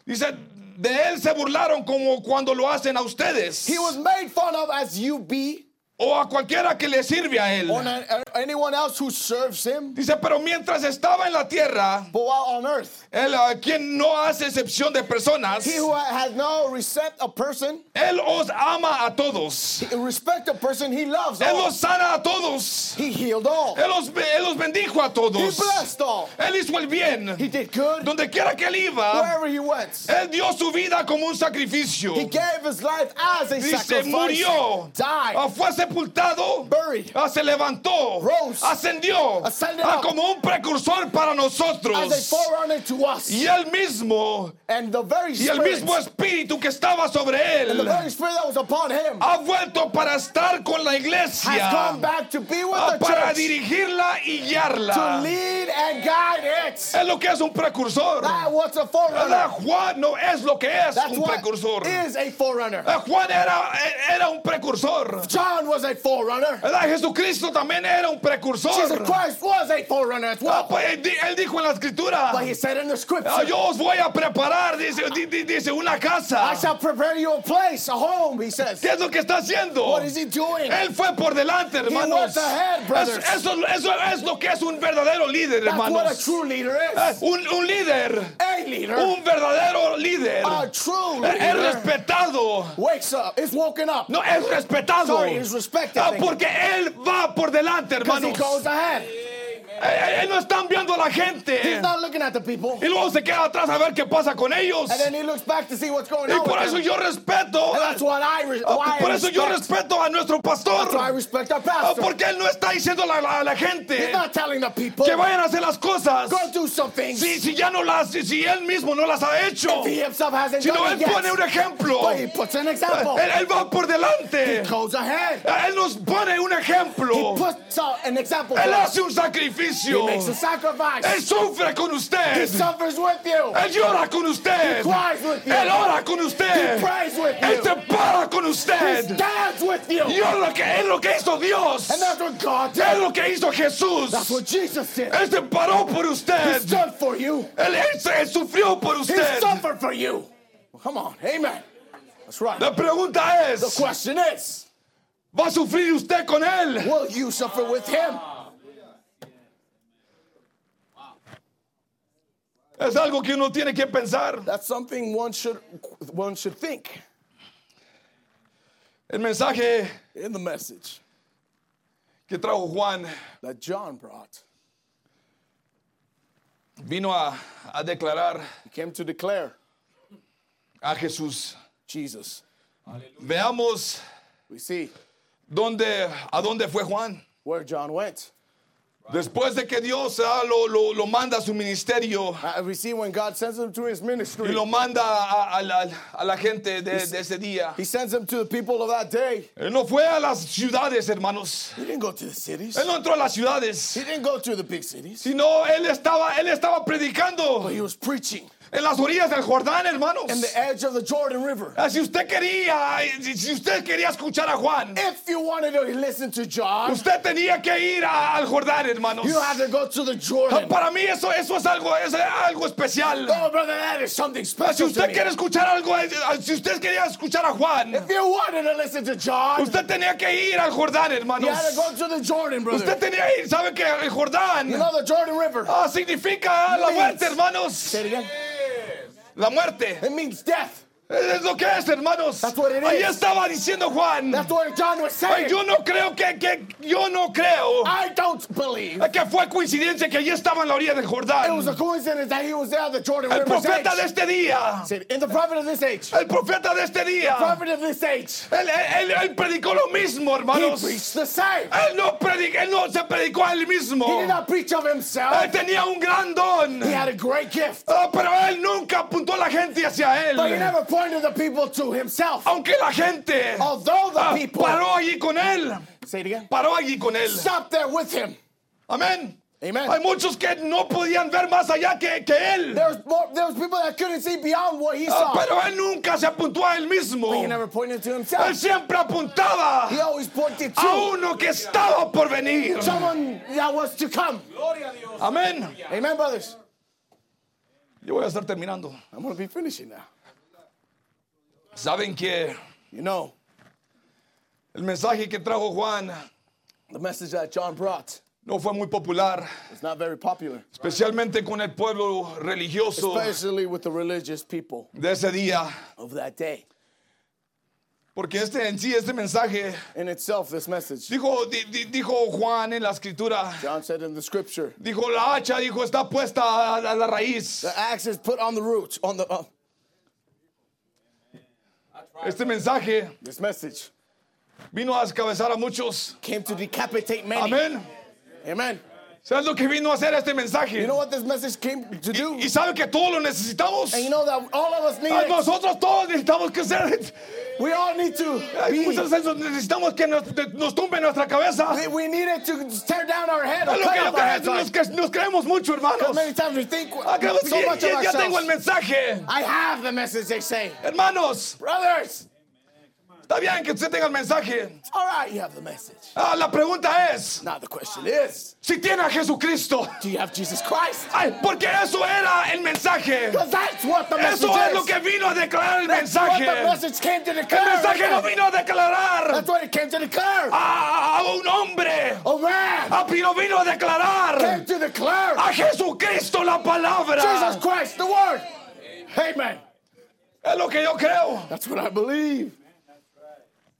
dice, de él se burlaron como cuando lo hacen a ustedes
He was made fun of as you be,
o a cualquiera que le sirve a él.
or not- or anyone else who serves him,
Dice, pero mientras estaba en la tierra,
but while on earth.
él, a quien no hace excepción de personas,
He who has no respect a person,
él os ama a todos,
respect a person, he loves
él
all.
los sana a todos,
He healed all.
él los, be- él los bendijo a
He
todos,
blessed all.
él hizo el
He
bien,
did good
donde quiera que él iba,
wherever he went.
él dio su vida como un sacrificio,
He gave his life as a
dice,
sacrifice.
murió, ah,
Died.
fue sepultado.
Buried.
Ah, se levantó,
Rose.
ascendió,
Ascended
ah,
up.
como un precursor para
As
nosotros.
a forerunner to us.
Y él mismo,
And the very
y el
spirit.
mismo espíritu que estaba sobre
and the
él,
very spirit that was upon him
ha vuelto para estar con la
has
iglesia,
come back to be with
ah,
the
para
church.
dirigirla y
To
guiarla.
lead and guide it.
Es lo que es un precursor.
That was a
Ah,
forerunner.
Juan no es lo que es
That's
un
what
precursor.
is a forerunner.
Ah, Juan era, era un precursor.
John was a forerunner.
Ah, Jesucristo también era un
Jesus
precursor.
Christ was a forerunner as
Ah,
well.
pues, él di- él dijo en la escritura.
But he said in the scripture,
Ah, yo os voy a preparar, dice, di- di- dice, una casa.
I shall prepare you a place, a home, he says.
¿Qué es lo que está haciendo?
What is he doing?
Él fue por delante, hermanos.
went ahead, brothers.
Es- eso, eso es lo que es un verdadero líder,
That's what a
hermanos.
true leader
Eh,
is.
Un, un líder,
A leader,
un verdadero líder.
a true
Eh, Es
leader,
respetado.
wakes up, is woken up.
No, es respetado.
Sorry, is respected,
Ah,
thank you.
porque él va por delante,
Because he
hermanos.
goes ahead.
Eh, eh, Él no está enviando a la
He's
gente.
not looking at the people.
Y luego se queda atrás a ver qué pasa con ellos.
And then he looks back to see what's going
Y
on.
por
with
eso
them.
yo respeto.
And that's what I, re- why
Por
I
eso yo
respect.
respeto a nuestro pastor.
That's why I respect our
Ah,
pastor.
Porque él no está diciendo a la, a la gente
He's not telling the people,
que vayan a hacer las cosas.
go do some things.
Si, si ya no las, si, si él mismo no las ha hecho.
if he himself hasn't
Sino
done
él
it yet.
pone un ejemplo.
But he puts an example.
Él, él va por delante.
goes ahead.
Él nos pone un ejemplo.
He puts out an example.
Él
for us.
hace un sacrificio.
He makes a sacrifice.
Él sufre con
He
usted.
suffers with you.
Él llora con usted.
He cries with you.
Él ora con usted.
He prays with
Él
you.
se para con
He
usted.
stands with you.
Y es lo que, es lo que hizo Dios.
And that's what God
Es
did.
lo que hizo Jesús.
That's what Jesus did.
Él se paró por
He
usted.
stood for you.
Él, él se- él sufrió por
He
usted.
suffered for you. Well, come on. Amen. That's right.
La pregunta
The
es,
question is,
¿va a sufrir usted con él?
will you suffer with him?
Es algo que uno tiene que pensar.
That's something one should one should think
El mensaje
in the message
que trajo Juan
that John brought.
vino a, a declarar
He came to declare
a Jesús.
Jesus.
Veamos
We see
dónde, a dónde fue Juan.
where John went.
Después de que Dios ah, lo, lo- lo manda a su ministerio
Uh, we see when God sends him to his
y
ministry,
lo manda a, a la, a la gente de, de ese día.
he sends him to the people of that day.
Él no fue a las ciudades, hermanos.
He didn't go to the cities.
Él no entró a las ciudades.
He didn't go to the big cities.
sino él estaba, él estaba predicando
But he was preaching
en las orillas del Jordán, hermanos.
in the edge of the Jordan River.
Ah, Si usted quería, si si usted quería escuchar a Juan, eh,
If you wanted to listen to John,
usted tenía que ir a- al Jordán, hermanos.
you had to go to the Jordan.
Para mí eso, eso es algo, es algo especial.
Oh, brother, that is
Ah,
something
Si
special to
usted
me.
quiere escuchar algo, eh, ah, si usted quería escuchar a Juan,
If you wanted to listen to John,
usted tenía que ir al Jordán,
you had to
hermanos.
go to the Jordan, brother.
Usted tenía que ir, ¿sabe que el
You
Jordán
know the Jordan River.
ah, significa la
Means-
muerte, hermanos?
Say it again.
La muerte.
It means death.
Es lo que es, hermanos.
That's what it
Ahí
is.
estaba diciendo Juan.
That's what John was
Ay,
saying.
yo no creo que, que yo no creo
I don't believe
que fue coincidencia que allí estaba en la orilla del
it was a
Jordán.
coincidence that he was there at the Jordan
El
River's
profeta de
edge.
este día.
Said, In the prophet of this age,
El profeta de este día.
prophet of this age,
Él, él- él- él predicó lo mismo,
he
hermanos.
preached the same.
Él no, predi- él no se predicó a él mismo.
He did not preach of
Él
himself.
tenía un gran don.
He had a great gift,
Ah, pero él nunca apuntó a la gente hacia él.
but he never pointed the people to himself.
Aunque la gente
Although
Oh. ah,
the people,
paró allí con él.
say it again,
Paró allí con él.
stopped there with him.
Amén.
Amen.
Hay muchos que no podían ver más allá que, que él.
There's more, there's people that couldn't see beyond what he
Ah,
saw.
pero él nunca se apuntó a él mismo.
He never pointed to
Él
himself.
siempre apuntaba
He always pointed
a
to
uno que estaba por venir.
someone that was to come.
Amén.
Amen, brothers.
Yo voy a estar terminando.
I'm gonna be finishing now.
Saben que
You know
el mensaje que trajo Juan
the message that John brought.
no fue muy popular,
It's not very popular,
especialmente con el pueblo religioso
especially with the religious people
de ese día.
of that day.
Porque este en sí, este mensaje,
In itself, this message,
dijo, di- di- dijo Juan en la escritura,
John said in the scripture,
dijo la hacha, dijo está puesta a la, a la raíz.
the axe is put on the root. On the uh,
Este mensaje
this message
vino a descabezar a muchos.
came to decapitate many.
Amén.
Amen.
¿Sabes lo que vino a hacer este mensaje?
You know what this message came to do?
Y sabe que todos lo necesitamos.
And you know that all of us need
Ay,
it.
Nosotros todos necesitamos que ser.
We all need to.
Ay, Muchas veces necesitamos que nos, de- nos tumbe nuestra cabeza.
We, we need it to tear down our head. Or
Es lo
cut
que yo
off our
creo,
heads
nos,
off.
que nos creemos mucho, hermanos.
Many times we think
Ah, creemos que
so
ya,
much of
ya- ya tengo el
ourselves.
mensaje.
I have the message they say.
Hermanos,
Brothers,
está bien que usted tenga el mensaje.
all right, you have the message.
Ah, la pregunta es,
Now the question is,
si tiene a Jesucristo.
do you have Jesus Christ?
Ay, porque eso era el mensaje.
Because that's what the message
Eso es
is.
lo que vino a declarar el
that's what
mensaje.
the message came to
El
declare.
mensaje no vino a declarar
That's what it came to declare.
a, a un hombre.
A man
Ah, pero vino a
came
declarar
to declare
a Jesucristo la palabra.
Jesus Christ, the word. Amen.
Es lo que yo creo.
That's what I believe.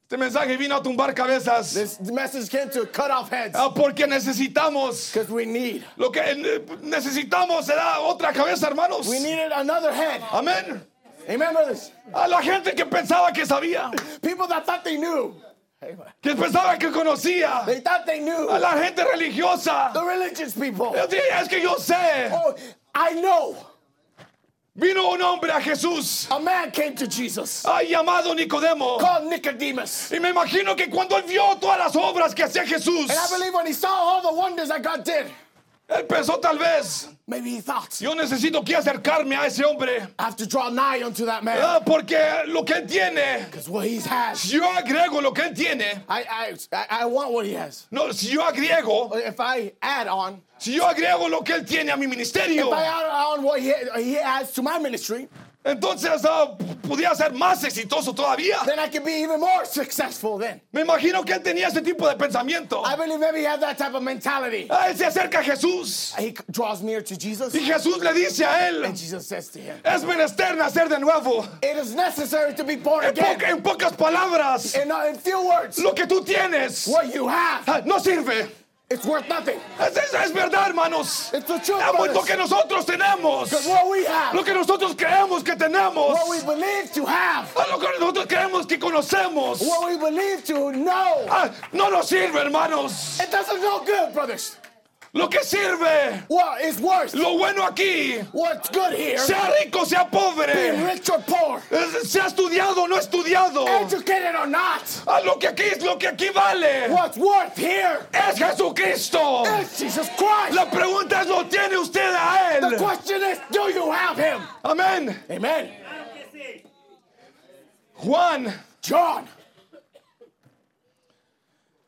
Este mensaje vino a tumbar cabezas.
This message came to cut off heads.
Ah, Porque necesitamos,
Because we need.
lo que eh, necesitamos será otra cabeza, hermanos.
We needed another head.
Amén.
Amen, brothers.
A la gente que pensaba que sabía,
People that thought they knew. Amen.
que pensaba que conocía,
They thought they knew.
a la gente religiosa.
The religious people.
Yo diría, Es que yo sé.
Oh, I know.
Vino un hombre a Jesús,
A man came to Jesus
ah, llamado Nicodemo.
called Nicodemus.
Y me imagino que cuando él vio todas las obras que hacía Jesús,
And I believe when he saw all the wonders that God did,
él pensó tal vez,
maybe he thought,
yo necesito que acercarme a ese hombre,
I have to draw nigh unto that man.
ah, porque lo que él tiene,
Because what he's had,
yo agrego lo que él tiene.
I, I, I, I want what he has.
No, si yo agrego,
But If I add on,
si yo agrego lo que él tiene a mi ministerio,
if I add on what he, he adds to my ministry,
entonces ah, p- podía ser más exitoso todavía.
then I can be even more successful then.
Me imagino que él tenía ese tipo de pensamiento.
I believe maybe he had that type of mentality.
Ah, él se acerca a Jesús
He draws near to Jesus,
y Jesús le dice a
and
él,
Jesus says to him,
es menester nacer de nuevo.
It is necessary to be born
En,
again.
poca- en pocas palabras,
In, uh, in few words,
lo que tú tienes
what you have,
ah, no sirve.
it's worth nothing.
Es, es- es verdad, hermanos.
It's the truth,
Ah, pues, Lo
brothers.
que nosotros tenemos,
Because what we have,
lo que nosotros creemos que tenemos,
what we believe to have,
ah, lo que nosotros creemos que conocemos,
what we believe to know,
ah, no nos sirve, hermanos.
it doesn't no good, brothers.
Lo que sirve,
What is worse,
lo bueno aquí,
what's good here,
sea rico, sea
being
pobre,
rich or poor,
es- sea estudiado, no estudiado,
educated or not,
ah, lo que aquí lo que aquí vale
what's worth here
es Jesucristo.
is Jesus Christ.
La pregunta es, ¿lo tiene usted a
The
él?
question is, do you have him?
Amén.
Amen.
Juan,
John,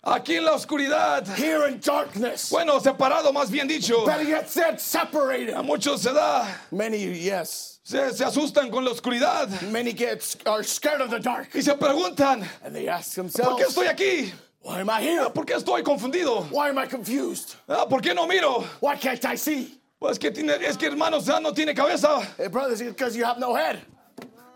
aquí en la oscuridad,
here in darkness,
bueno, separado más bien dicho,
better yet said, separated.
a muchos se da,
Many, yes,
se, se asustan con la oscuridad
many get are scared of the dark,
y se preguntan,
and they ask
¿por
themselves,
qué estoy aquí?
why am I here?
¿Por qué estoy confundido?
Why am I confused?
Ah, ¿Por qué no miro?
Why can't I see?
Pues que tiene, es que hermanos, ya no tiene cabeza.
Hey, brothers, because you have no head.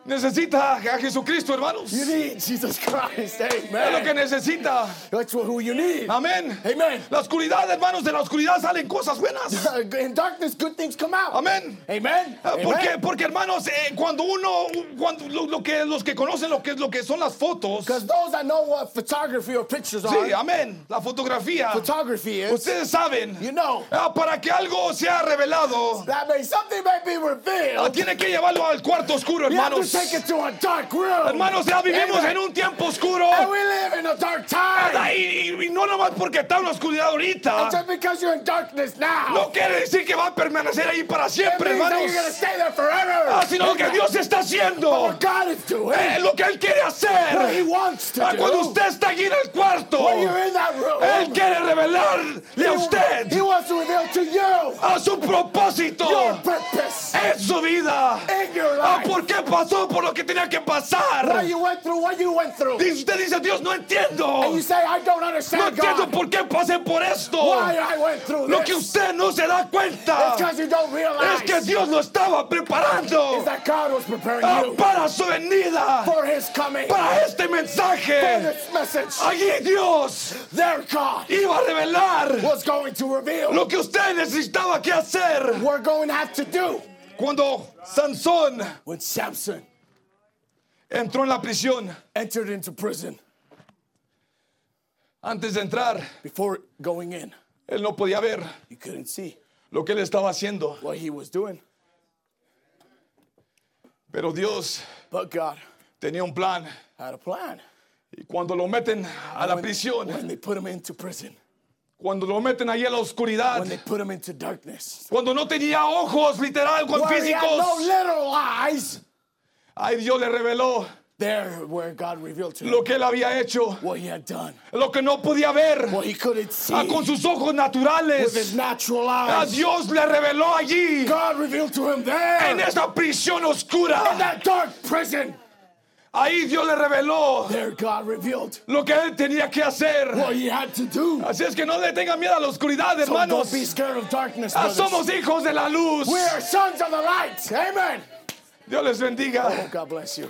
Necesita a Jesucristo, hermanos.
You
Es
need Jesus Christ.
lo que
Amen.
necesita.
That's what, who you need.
Amén.
Amen.
La oscuridad, hermanos, de la oscuridad salen cosas buenas.
In darkness, good things come out.
Amén.
Amen.
Ah, ¿Por qué?
Amen.
Porque hermanos, eh, cuando uno, cuando lo, lo que los que conocen lo que lo que son las fotos,
Because those that know what photography or pictures are,
sí, amén, la fotografía,
photography is,
ustedes saben,
you know,
ah, para que algo sea revelado,
that may something may be
ah,
revealed.
tiene que llevarlo al cuarto oscuro,
You have to
hermanos.
take it to a dark room.
Hermanos, ya vivimos en
Amen.
un tiempo oscuro.
And we live in a dark time.
Ah, Y, y- y no nomás porque está en la oscuridad
And
ahorita,
just because you're in darkness now,
no quiere decir que va a permanecer ahí para
it
siempre,
means that
hermanos.
you're going to stay there forever.
Ah, sino lo que Dios está haciendo,
What God is doing,
eh, lo que Él quiere
what He
hacer.
wants to
Ah,
do.
Cuando usted está allí en el cuarto,
When you're in that room,
Él quiere revelarle a
He, he
usted
wants to reveal to you
a su
your
propósito
purpose
en su vida.
in your
Oh. Ah,
life.
¿Por qué pasó por lo que tenía que pasar?
What you went through, what you went through.
Y usted dice, Dios, no entiendo.
And you say, I don't
No
understand
entiendo
God.
por qué pasé por esto.
Why I went through
Lo
this.
que usted no se da cuenta
It's because you don't
es
realize
que Dios lo estaba preparando
is that God was preparing
ah,
you
para su venida,
for His coming,
para
for
este mensaje.
this message.
Allí Dios
Their God
iba a revelar
was going to reveal
lo que usted necesitaba que hacer.
we're going to have to do
Cuando Sansón
when Samson
entró en la prisión,
entered into prison
antes de entrar,
before going in.
él no podía ver
You couldn't see
lo que él estaba haciendo.
what he was doing.
Pero Dios
But God
tenía un plan.
had a plan.
Y cuando lo meten a la prisión,
When they put him into prison,
cuando lo meten ahí a la oscuridad,
when they put him into darkness,
cuando no tenía ojos literal, con
where he had no
físicos,
little eyes,
ahí Dios le reveló
there where God revealed to him
lo que él había hecho,
what he had done,
lo que no podía ver
what he couldn't see
ah, con
with
sus ojos
his
naturales.
natural
A
eyes.
Dios le reveló allí,
God revealed to him
en
there, in
esa prisión oscura.
that dark prison,
Ahí Dios le reveló
there God revealed
lo que él tenía que hacer.
what he had to do.
Así es que no le tengan miedo a la oscuridad,
So
hermanos.
don't be scared of darkness,
Ah,
brothers.
Somos hijos de la luz.
We are sons of the light. Amen.
Dios les
Oh,
bendiga.
God bless you.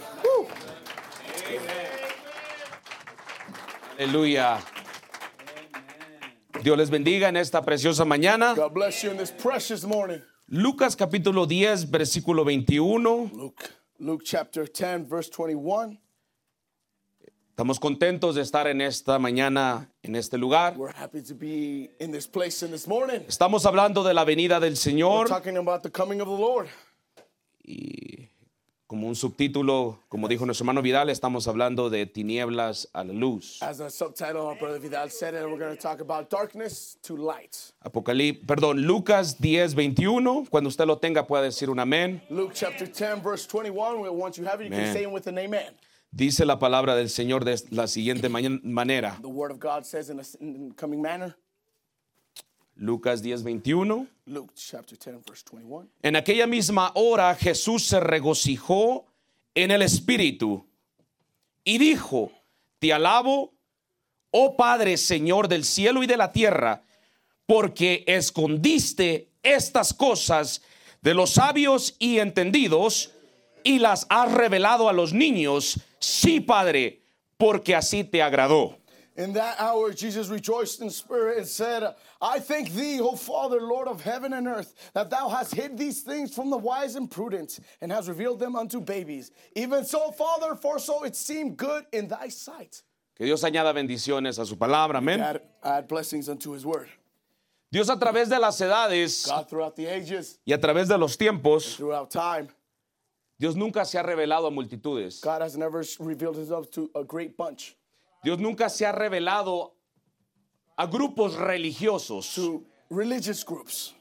Aleluya. Dios les bendiga en esta preciosa mañana.
God bless you in this precious morning.
Lucas capítulo 10, versículo 21.
Luke, Luke chapter 10, verse 21.
Estamos contentos de estar en esta mañana, en este lugar.
We're happy to be in this place in this morning.
Estamos hablando de la venida del
We're
Señor
talking about the coming of the Lord.
y como un subtítulo, como dijo nuestro hermano Vidal, estamos hablando de tinieblas a la luz.
As a subtitle, our brother Vidal said it, we're going to talk about darkness to light.
Apocalipsis, perdón, Lucas 10, 21. Cuando usted lo tenga puede decir un amén.
Luke chapter 10, verse 21. We- Once you have it, you
Amen.
can say it with an amen.
Dice la palabra del Señor de la siguiente maña- manera.
The word of God says in a s- in coming manner.
Lucas 10, 21.
Luke chapter 10, verse 21.
En aquella misma hora Jesús se regocijó en el Espíritu y dijo, Te alabo, oh Padre, Señor del cielo y de la tierra, porque escondiste estas cosas de los sabios y entendidos y las has revelado a los niños. Sí, Padre, porque así te agradó.
In that hour, Jesus rejoiced in spirit and said, I thank thee, O Father, Lord of heaven and earth, that thou hast hid these things from the wise and prudent, and hast revealed them unto babies. Even so, Father, for so it seemed good in thy sight.
Que Dios añada bendiciones a su palabra, amén.
Add, add blessings unto his word.
Dios a través de las edades
God, throughout the ages,
y a través de los tiempos
throughout time,
Dios nunca se ha revelado a multitudes.
God has never revealed himself to a great bunch,
Dios nunca se ha revelado a grupos religiosos.
to religious groups.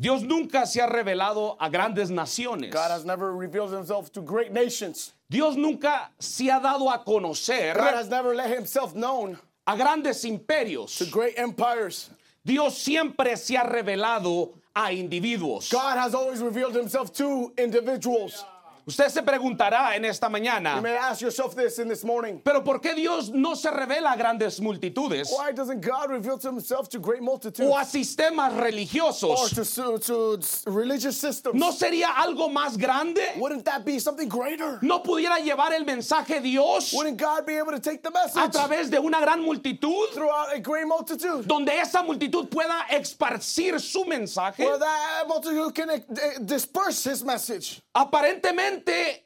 Dios nunca se ha revelado a grandes naciones.
God has never revealed himself to great nations.
Dios nunca se ha dado a conocer
God has never let himself known
a grandes
to
imperios.
great empires.
Dios siempre se ha revelado a individuos.
God has always revealed himself to individuals.
Usted se preguntará en esta
You
mañana,
may ask yourself this in this morning.
pero ¿por qué Dios no se revela a grandes multitudes
Why doesn't God reveal to himself to great multitudes
o a sistemas
or
religiosos?
to, to, to s- religious systems?
¿No sería algo más grande?
Wouldn't that be something greater?
¿No pudiera llevar el mensaje Dios
Wouldn't God be able to take the
a
message
través de una gran multitud?
throughout a great multitude?
Donde esa multitud pueda esparcir su mensaje.
Where that multitude can eh, disperse his message.
Aparentemente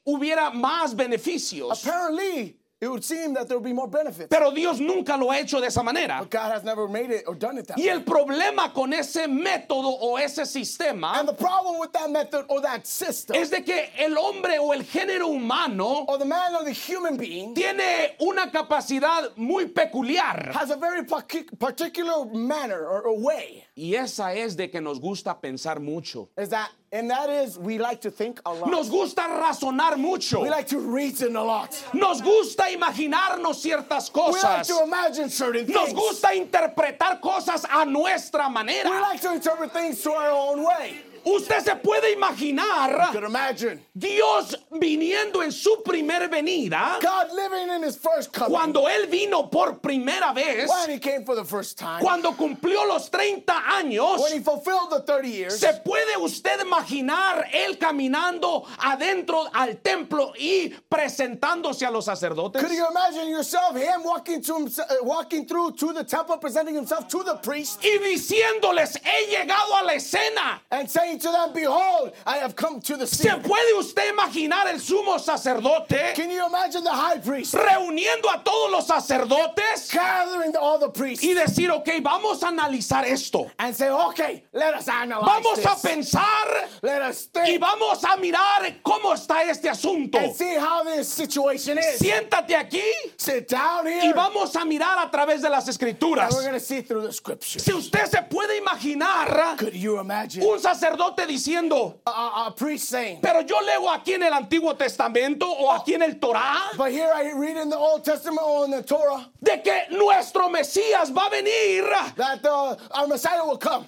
hubiera más beneficios.
Apparently, it would seem that there would be more benefits.
Pero Dios nunca lo ha hecho de esa manera.
But God has never made it or done it that
Y
way.
el problema con ese método o ese sistema
And the problem with that method or that system
es de que el hombre o el género humano
or the man or the human being
tiene una capacidad muy peculiar.
has a very partic- particular manner or, or way.
Y esa es de que nos gusta pensar mucho.
Is that and that is we like to think a lot.
Nos gusta razonar mucho.
We like to reason a lot.
Nos gusta imaginarnos ciertas
We like
cosas.
to imagine certain
Nos
things.
gusta interpretar cosas a nuestra
We
manera.
like to interpret things to our own way.
Usted se puede
You
imaginar
can imagine
Dios viniendo en su primer venida.
God living in His first coming
Cuando Él vino por primera vez,
when He came for the first time,
cuando cumplió los 30 años,
when He fulfilled the 30 years.
¿se puede usted imaginar Él caminando adentro al templo y presentándose a los sacerdotes?
Could you imagine yourself Him walking to himself, walking through to the temple, presenting Himself to the priest?
Y diciéndoles, he llegado a la escena.
And saying to them, Behold, I have come to the sea.
¿Se puede usted imaginar el sumo sacerdote
Can you imagine the high priest
reuniendo a todos los sacerdotes
gathering all the priests
y decir, ok, vamos a analizar esto?
and say, Okay, let us analyze
Vamos a
this.
pensar
Let us
y
think
vamos a mirar cómo está este asunto.
and see how this situation is.
Siéntate aquí
Sit down here.
y vamos a mirar a través de las
And
escrituras.
we're going to see through the scripture.
Si usted se puede imaginar
Could you imagine
un sacerdote diciendo,
a, a- a priest saying,
pero yo leo aquí en el Antiguo Testamento o aquí en el Torá
But here I read in the Old Testament or in the Torah
de que nuestro Mesías va a venir,
that uh, our Messiah will come,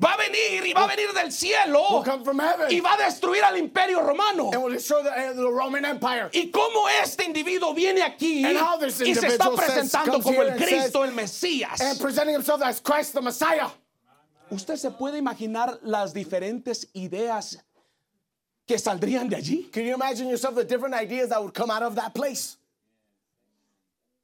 va a venir y va a venir del
will
cielo
come from
y
heaven,
va a destruir al imperio romano.
and will destroy the, uh, the Roman Empire.
Y cómo este individuo viene aquí
And how this
y se está
individual says-
presentando
comes
como
here
el
and says-
Cristo, el Mesías.
And presenting himself as Christ the Messiah.
¿Usted se puede imaginar las diferentes ideas que saldrían de allí?
Can you imagine yourself the different ideas that would come out of that place?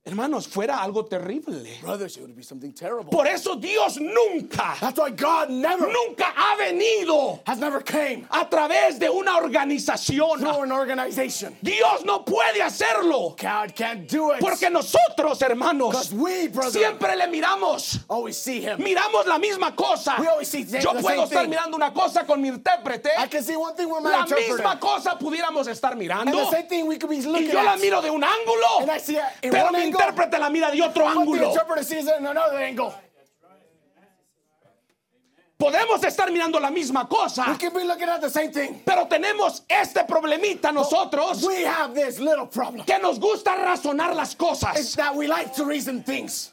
Hermanos, fuera algo terrible.
Brothers, it would be something terrible.
Por eso Dios nunca,
That's why God never
nunca ha venido
has never came
a través de una organización.
through an organization.
Dios no puede hacerlo.
God can't do it.
Porque nosotros, hermanos,
Because we, brother,
siempre le miramos.
always see him.
Miramos la misma cosa.
We always see the
Yo
same
puedo estar
thing.
mirando una cosa con mi intérprete.
I can see one thing with my
La
interpreter.
misma cosa pudiéramos estar
and
mirando.
the same thing we could be
Y
looking
yo la
at.
miro de un ángulo,
And I see it in
pero
one
mi
angle,
intérprete la mira de otro
but the
ángulo.
interpreter sees it in another angle.
Podemos estar mirando la misma
We
cosa,
could be looking at the same thing.
pero tenemos este problemita nosotros
We have this little problem.
que nos gusta razonar las
It's
cosas.
that we like to reason things.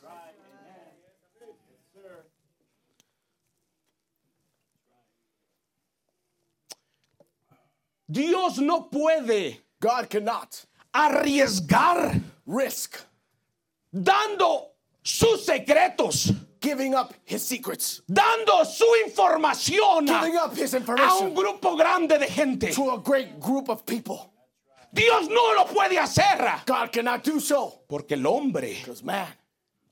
Dios no puede
God cannot
arriesgar
risk
dando sus secretos,
giving up his secrets,
dando su información
giving up his
Ah. a un
information
grupo grande de gente.
to a great group of people.
Dios no lo puede hacer
God cannot do so
porque el hombre
because man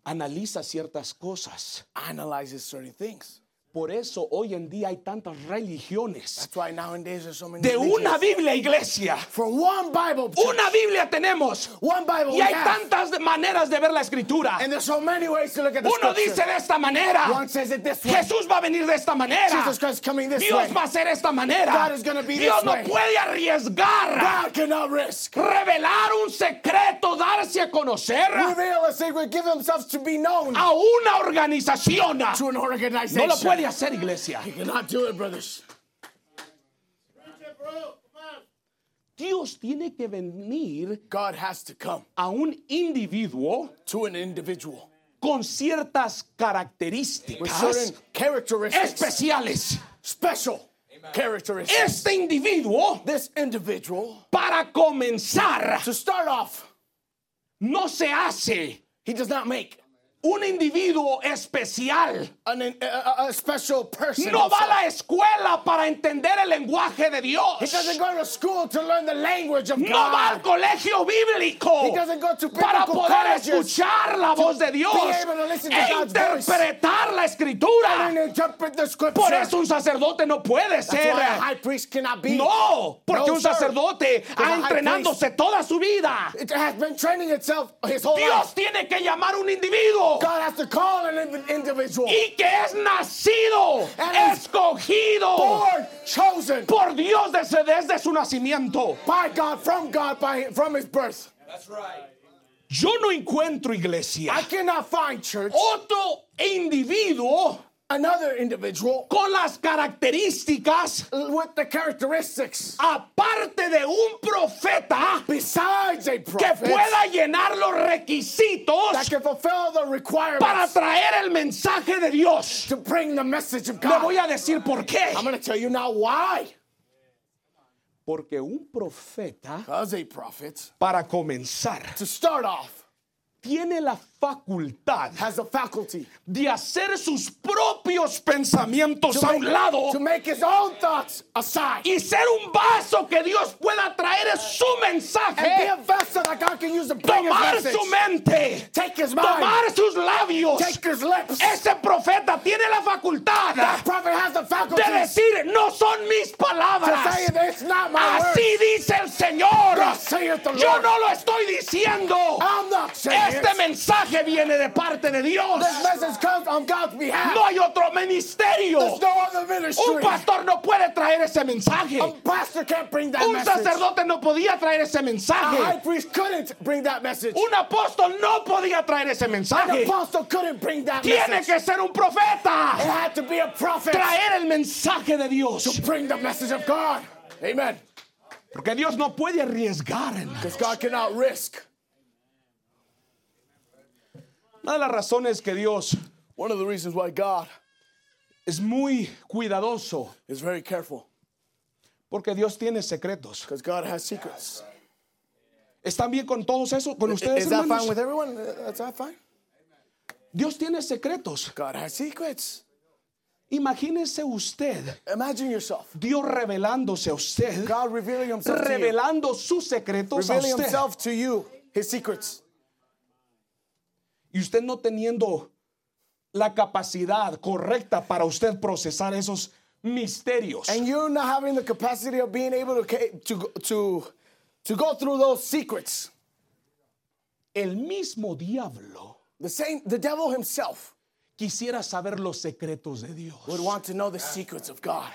analiza ciertas cosas.
analyzes certain things.
Por eso hoy en día hay tantas religiones.
That's why nowadays there's so many.
De una
religions.
Biblia iglesia.
From one Bible, church,
Una Biblia tenemos.
one Bible,
Y
we
hay
have.
tantas de- maneras de ver la escritura.
and there's so many ways to look at the
Uno
scripture.
dice de esta manera.
One says it this way.
Jesús va a venir de esta manera.
Jesus Christ coming this way.
Dios va a ser de esta manera.
God is gonna be this
Dios no
way.
puede arriesgar.
God cannot risk.
Revelar un secreto, darse a conocer
Reveal a secret, give themselves to be known
a una organización.
to
Ah. No
an organization.
lo puede hacer, iglesia.
You cannot do it, brothers.
Dios tiene que venir
God has to come
a un individuo
to an individual
con ciertas
with
características
certain characteristics.
especiales.
Special. characteristics.
Este individuo,
This individual,
para comenzar,
to start off,
no se hace
he does not make
un individuo especial.
an, a, a- a special person.
No va a
himself.
la escuela para entender el lenguaje de
He
Dios.
doesn't go to school to learn the language of
No va al
God.
colegio bíblico
He doesn't go to
para
biblical
poder
colleges
escuchar la voz de Dios
able to listen to
e
God's voice.
interpretar la escritura.
And interpret the scripture.
Por eso un sacerdote no puede
That's
ser.
why a high priest cannot be.
No, porque
No,
un
sir.
sacerdote
Because a
ha
high
entrenándose toda su vida.
It has been training itself his whole
Dios
life.
tiene que llamar a un individuo
God has to call an in- individual.
y que es nacido,
And he's
escogido
born, chosen
por Dios desde, desde su nacimiento.
by God, from God, by from his birth.
Yo no encuentro
I
iglesia.
cannot find church
Oh. Otro individuo
another individual
con las características
with the characteristics
aparte de un profeta
besides a
que
prophet
pueda llenar los
that
requisitos
can fulfill the
para
requirements
traer el mensaje de Dios.
to bring the message of
Le
God.
voy a decir por qué.
I'm going to tell you now why.
Porque un profeta,
Because a prophet,
para comenzar,
to start off,
tiene la facultad
has a faculty
de hacer sus propios pensamientos a un lado
to make his own thoughts aside
y ser un vaso que Dios pueda traer su mensaje,
and be a vessel that God can use to bring his
tomar
message.
su mente,
Take his mind.
tomar sus labios.
Take his lips.
Ese profeta tiene la facultad
That prophet has the faculty
de decir, no son mis
to say
palabras.
that it's not my
Así dice el Señor.
Thus saith the
Yo
Lord. Ah,
no lo estoy diciendo.
word. I'm not saying
Este
it.
mensaje viene de parte de Dios.
This message comes on God's behalf.
No hay otro ministerio.
There's no other ministry.
Un pastor no puede traer ese mensaje.
A pastor can't bring that
Un
message.
sacerdote no podía traer ese
A high
mensaje.
priest couldn't bring that message.
Un apóstol no podía traer ese
An
mensaje.
apostle couldn't bring that
Tiene
message.
que ser un
It
profeta.
had to be a prophet
Traer el mensaje de Dios.
to bring the message of God. Amen.
Porque Dios no puede arriesgar. hermano.
Because God cannot risk.
Una de las razones que Dios
One of the reasons why God
es muy cuidadoso.
is very careful,
Porque Dios tiene secretos.
because God has secrets.
¿Están bien con todos eso? ¿Con ustedes,
Is that fine
hermanos?
with everyone? Is that fine?
Dios tiene secretos.
God has secrets.
Imagínese usted,
Imagine yourself.
Dios revelándose a usted,
God revealing himself to you.
revelando sus secretos a
Revealing
usted.
himself to you, his secrets.
Y usted no teniendo la capacidad correcta para usted procesar esos misterios.
And you're not having the capacity of being able to ca- to go- to to go through those secrets.
El mismo diablo
The same the devil himself
quisiera saber los secretos de Dios.
would want to know the secrets of God.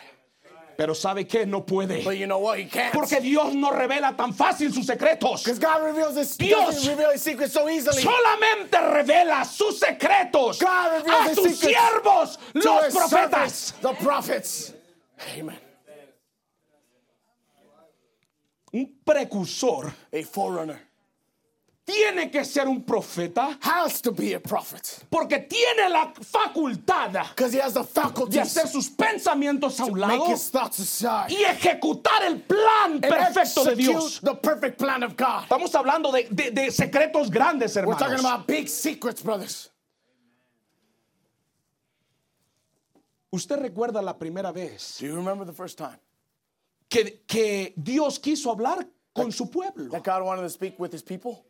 Pero ¿sabe qué? No puede.
But you know what? He can't.
Porque Dios no revela tan fácil sus secretos.
Because God reveals his,
Dios.
doesn't reveal his secrets so easily.
solamente revela sus secretos
God reveals
a
his
sus
secrets
siervos,
to
los
his servants,
profetas.
the prophets. Amen.
Un precursor
A forerunner
tiene que ser un profeta
has to be a prophet
porque tiene la facultad
because he has the faculty
de hacer sus pensamientos a un
make
lado
his thoughts aside
y ejecutar el plan
and
perfecto de
execute
Dios.
the perfect plan of God.
Estamos hablando de, de- de secretos grandes,
We're talking
hermanos.
about big secrets, brothers.
¿Usted recuerda la primera vez
Do you remember the first time
que, que Dios quiso hablar con su pueblo?
that God wanted to speak with his people?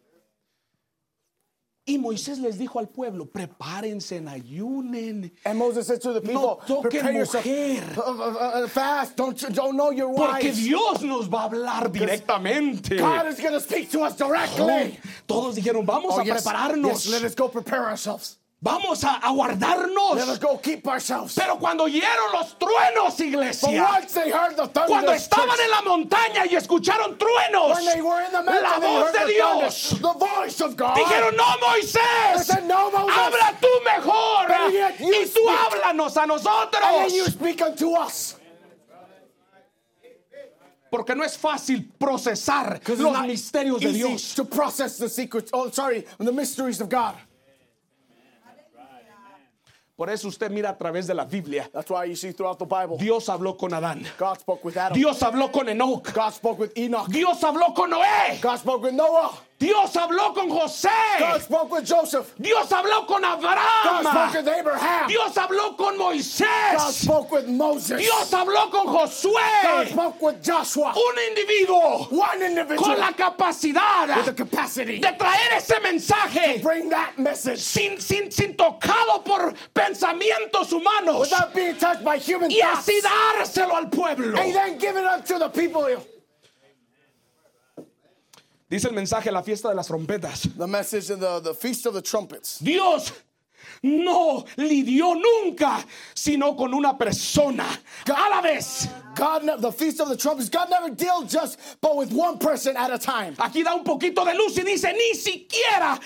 Y Moisés les dijo al pueblo, prepárense, ayunen,
And Moses said to the
No
people,
toquen
prepare yourself,
mujer.
Uh, uh, uh, fast, don't, you- don't know your
Porque
wives.
Dios nos va a hablar directamente.
God is going to speak to us
Oh,
directly.
todos dijeron, vamos
Oh,
a
yes,
prepararnos,
yes, let us go prepare ourselves.
vamos a, a
Let us
guardarnos.
go keep ourselves.
Pero cuando oyeron los truenos,
But
iglesia,
once they heard the thunder,
cuando estaban
church,
en la montaña y escucharon truenos,
when they were in the mountain,
la
they
voz
heard
de
the
Dios,
thunder, the voice of God.
dijeron, no,
They
Moisés,
said, "No, Moses."
habla tú mejor
But yet you
y tú
speak.
háblanos a
and then you
nosotros.
speak unto us.
Porque no es fácil procesar
Because
los misterios de
easy
Dios.
to process the secrets. Oh, sorry, the mysteries of God.
Por eso usted mira a través de la Biblia.
That's why you see throughout the Bible,
Dios habló con Adán.
God spoke with Adam.
Dios habló con Enoch.
God spoke with Enoch.
Dios habló con Noé.
God spoke with Noah.
Dios habló con José.
God
Eh.
spoke with Joseph.
Dios habló con
God spoke
Abraham.
with Abraham.
Dios habló con
God
Moisés.
spoke with Moses.
Dios habló con
God
Josué.
spoke with Joshua.
Un individuo
One individual
con la capacidad
with the
de
capacity
traer ese mensaje
bring that message
sin, sin, sin tocado por pensamientos humanos
without being touched by human
y
thoughts.
así dárselo al pueblo.
And then give it up to the people.
Dice el mensaje la fiesta de las trompetas.
The message of the, the Feast of the Trumpets.
Dios no lidió nunca sino con una persona a la vez.
God, ne- the Feast of the Trumpets, God never dealt just but with one person at a time.
Aquí da un poquito de luz y dice, ni siquiera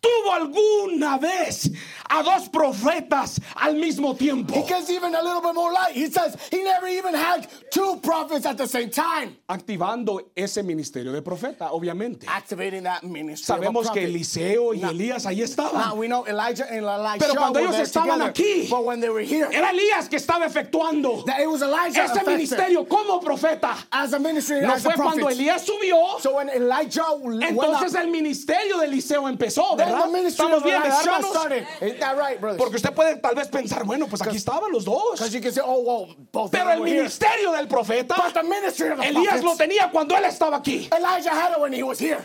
tuvo alguna vez a dos profetas al mismo tiempo.
Because even a little bit more light, he says he never even had two prophets at the same time.
Activando ese ministerio de profeta, obviamente.
Activating that ministry. of a
Sabemos que
prophet.
Eliseo y
Now-
Elías ahí
Now
estaban.
we know Elijah and Elisha
Pero cuando
were
ellos
there
estaban
together.
aquí,
but when they were here,
Era Elías que estaba efectuando
that it was Elijah
ese
affected
ministerio como profeta.
as a ministry
No
as a
fue
prophet.
cuando Elías subió
So when Elijah went up,
Entonces el ministerio de Eliseo empezó,
then
¿verdad?
the ministry
Estamos
of
bien, ¿verdad,
Elisha
hermanos?
started. Ain't that right, brothers?
Porque usted puede tal vez pensar, bueno, pues aquí estaban los dos.
Because you can say, oh, well, both
Pero
of
el
them were here.
ministerio del profeta,
But the ministry of the
Elías lo
prophets,
tenía cuando él estaba aquí.
Elijah had it when he was here.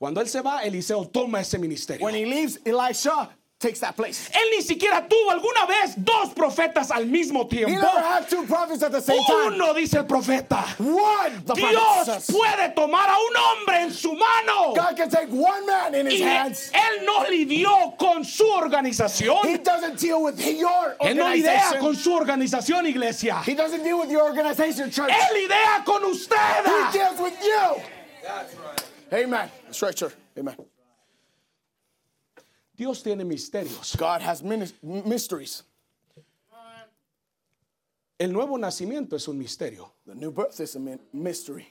Cuando él se va, Eliseo toma ese ministerio.
When he leaves, Elisha takes that place.
Él ni siquiera tuvo alguna vez dos profetas al mismo
He
tiempo.
never had two prophets at the same time.
Uno, dice el profeta.
One, the prophet
Dios
says.
puede tomar a un hombre en su mano.
God can take one man in his
Y
hands.
él no lidió con su
He
organización.
doesn't deal with your
Él no lidia
organization.
con su organización, iglesia.
He doesn't deal with your organization, church.
Él idea con usted.
He deals with you. Amen. That's right, church. Amen.
Dios tiene misterios.
God has minis- m- mysteries.
El nuevo nacimiento es un misterio.
The new birth is a min- mystery.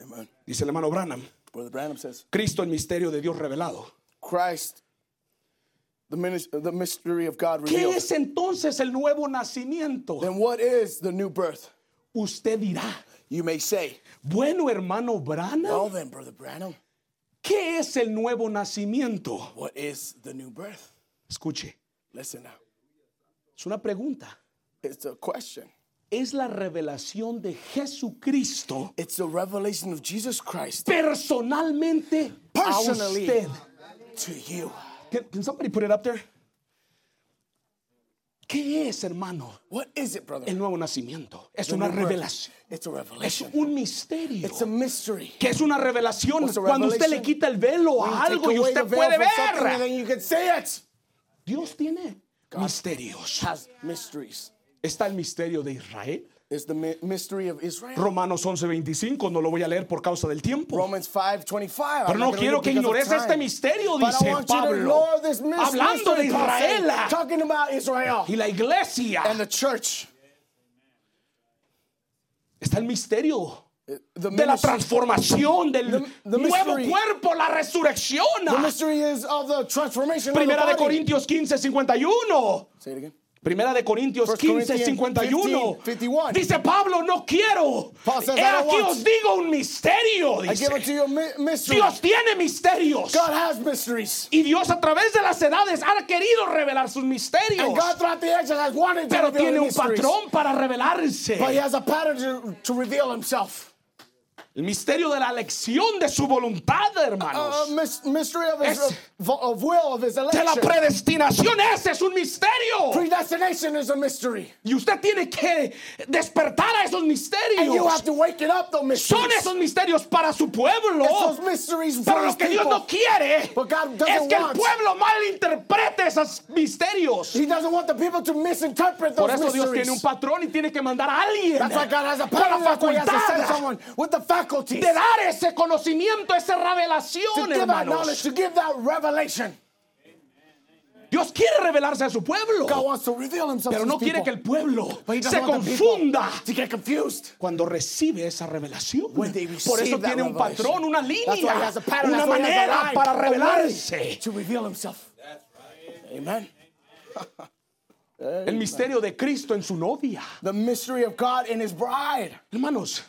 Amen.
Dice el hermano Branham.
Brother Branham says,
Cristo el misterio de Dios revelado.
Christ, the, minis- the mystery of God
¿Qué
revealed.
es entonces el nuevo nacimiento?
Then what is the new birth?
Usted dirá,
You may say,
bueno hermano Branham,
well then, Brother Branham,
¿qué es el nuevo nacimiento?
what is the new birth?
Escuche,
Listen now.
es una pregunta.
It's a question.
Es la revelación de Jesucristo
It's a revelation of Jesus Christ
personalmente a
Personally.
usted.
to you.
Can, can somebody put it up there? ¿Qué es, hermano?
What is it, brother?
El nuevo nacimiento es
The
una
new birth.
revelación.
It's a
Es
revelation.
un misterio.
It's a mystery.
que es una revelación
What's a
cuando usted le
revelation?
quita el velo
When you
a
take
algo y
away
usted
the veil
puede
from something and
ver.
Then you can say it.
Dios tiene misterios.
Has mysteries.
Está el misterio de Israel.
It's the mi- mystery of Israel.
Romanos 11:25, no lo voy a leer por causa del tiempo.
Romans 5, 25.
Pero no quiero que ignores este misterio,
But I
dice
want you to
Pablo.
ignore this mis-
Hablando de
mystery, Paul said.
Israel
Talking about Israel
y la iglesia.
and the church.
Está el misterio
The,
de la
ministry-
transformación del
The- the
nuevo
mystery-
cuerpo, la resurrección.
the mystery is of the transformation
Primera
of
de
the body.
Corintios 15, 51.
Say it again.
Primera de Corintios
First
15,
Corinthians
51.
15, 51.
Dice Pablo, no quiero.
Paul says,
He
"I don't
aquí
want."
os digo un misterio.
I give it to
Dice.
you a mi- mystery.
Dios tiene misterios.
God has mysteries.
Y Dios a través de las edades ha querido revelar sus misterios.
And God throughout the ages has wanted to
Pero
reveal
tiene
the
un
mysteries.
patrón eh. para revelarse.
But he has a pattern to, to reveal himself.
El misterio de la elección de su voluntad,
A
hermanos.
mys- Uh, mystery of his
Es-
of, of will, of his
De la
election.
predestinación, ese es un misterio.
Predestination is a mystery.
Y usted tiene que despertar a esos
And you
misterios.
have to wake it up, though, mysteries.
Son esos misterios para su pueblo.
It's those mysteries for
Pero
his
lo que Dios
people.
no quiere
But God doesn't
es que el
want.
pueblo malinterprete esos misterios.
He doesn't want the people to misinterpret those
Por eso
mysteries.
Dios tiene un patrón y tiene que mandar a alguien
That's why God has a
con la
pattern. That's why he has to send
facultad
someone with the faculties
de dar ese conocimiento, esa
to
revelación,
give that
hermanos.
knowledge, to give that revelation.
Dios quiere revelarse a su pueblo,
God wants to reveal himself
pero
to
no
his
quiere
people.
que el pueblo
But he
se
doesn't want the people
confunda
to get confused.
cuando recibe esa revelación.
When they receive
Por eso
that
tiene un
revelation.
patrón, una
That's why he
línea,
has a pattern.
una
That's why he has a
manera
line,
para
a way
revelarse.
To reveal himself. Amen.
El misterio de Cristo en su novia.
The mystery of God in his bride.
Hermanos,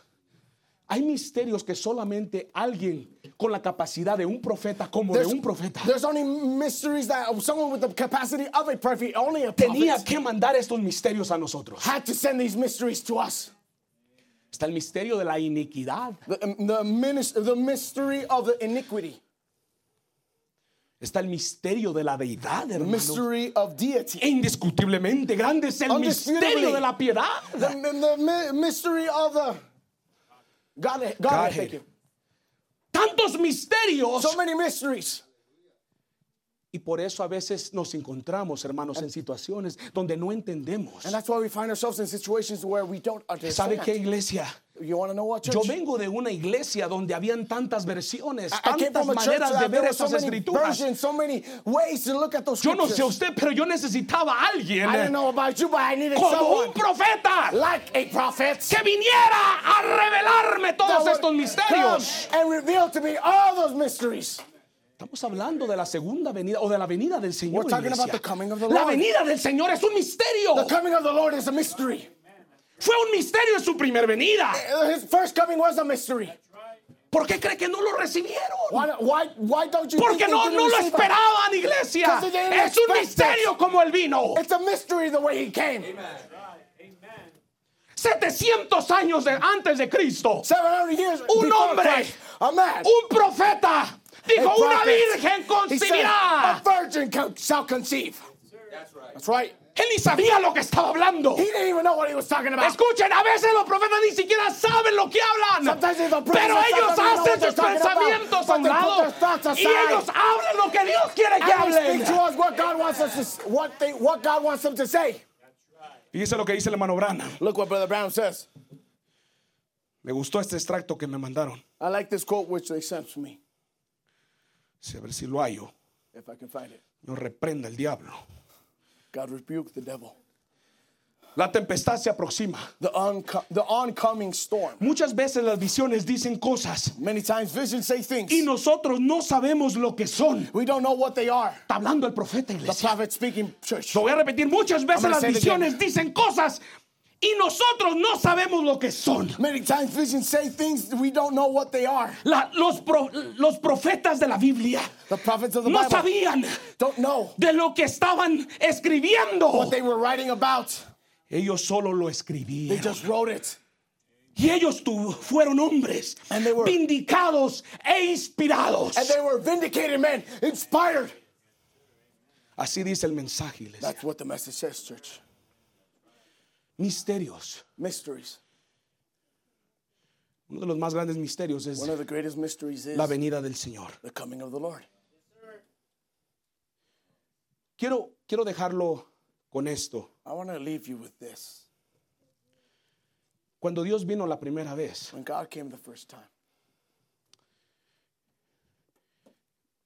hay misterios que solamente alguien con la capacidad de un profeta como de un profeta
There's only mysteries that someone with the capacity of a prophet, only a
tenía
prophet,
que mandar estos misterios a nosotros.
had to send these mysteries to us.
Está el misterio de la iniquidad,
The, um, the, minis- the mystery of the iniquity,
está el misterio de la deidad,
the
hermano.
mystery of
E
deity,
indiscutiblemente grande es el
Undisputably.
misterio de la piedad.
the, the mi- mystery of the God, God, thank you.
Tantos misterios.
So many mysteries.
Y por eso a veces nos encontramos, hermanos, en situaciones donde no entendemos.
And that's why we find ourselves in situations where we don't
¿Sabe qué,
understand.
iglesia?
You want to know what church?
Yo vengo de una iglesia donde habían tantas versiones,
I- I came
tantas
from a church
maneras de
that there
ver
were so
esas
many
escrituras.
versions, so many ways to look at those
Yo no sé
scriptures.
usted, pero yo necesitaba a alguien
I didn't
eh,
know about you, but I needed
como
someone
un profeta
like a prophet
que viniera a revelarme todos
that
estos
would
misterios.
come and reveal to me all those mysteries.
Estamos hablando de la segunda venida o de la venida del Señor.
We're talking about
iglesia.
the coming of the
La
Lord.
venida del Señor es un misterio.
The coming of the Lord is a mystery.
Fue un misterio en su primer venida.
His first coming was a mystery.
¿Por qué cree que no lo recibieron?
Why, why, why don't you think
Porque
they
no,
didn't
no lo
receive him?
esperaban, iglesia.
Because they didn't
Es un
expect it.
misterio como el vino.
It's a mystery the way he came.
700 años de- antes de Cristo.
700 years Un
hombre.
Christ, a man.
Un profeta
a
dijo, una
prophet."
virgen
He said,
concebirá.
a virgin con- shall conceive. That's right.
Él ni sabía lo que estaba hablando.
He didn't even know what he was talking about.
Escuchen, a veces los profetas ni siquiera saben lo que hablan.
Sometimes they don't
Pero
prophesy,
ellos
sometimes they
hacen sus
don't know what they're talking about,
pensamientos a un
but they put
lado.
their thoughts
Y
aside.
ellos hablan lo que Dios quiere que
And they speak to
hablen.
us what God wants us to, s- what they, what God wants them to say.
Fíjese lo que dice el hermano Brana.
Look what Brother Brown says.
Me gustó este extracto que me mandaron.
I like this quote which they sent to me,
Sí, A ver si lo hallo.
if I can find it.
No reprenda el diablo.
God rebuked the devil.
La tempestad se aproxima.
The, onco- the oncoming storm.
Muchas veces las visiones dicen cosas
Many times visions say things.
y nosotros no sabemos lo que son.
We don't know what they are.
Está hablando el profeta
The
iglesia.
prophet speaking church.
Lo voy a repetir muchas veces
I'm gonna
las
say it
visiones dicen cosas y nosotros no sabemos lo que son.
Many times visions say things that we don't know what they are.
La- los, pro- los profetas de la Biblia
The prophets of the
no
Bible
sabían
don't know
de lo que estaban escribiendo.
what they were writing about.
Ellos solo lo
They
escribían.
just wrote it.
Y ellos tu- fueron hombres
And they were-
vindicados e inspirados.
And they were vindicated men, inspired.
Así dice el mensaje, iglesia.
That's what the message says, church.
Misterios.
Mysteries.
Uno de los más grandes misterios es
One of the greatest mysteries is
la venida del Señor.
the coming of the Lord.
Quiero, quiero dejarlo con esto.
I want to leave you with this.
Cuando Dios vino la primera vez,
When God came the first time,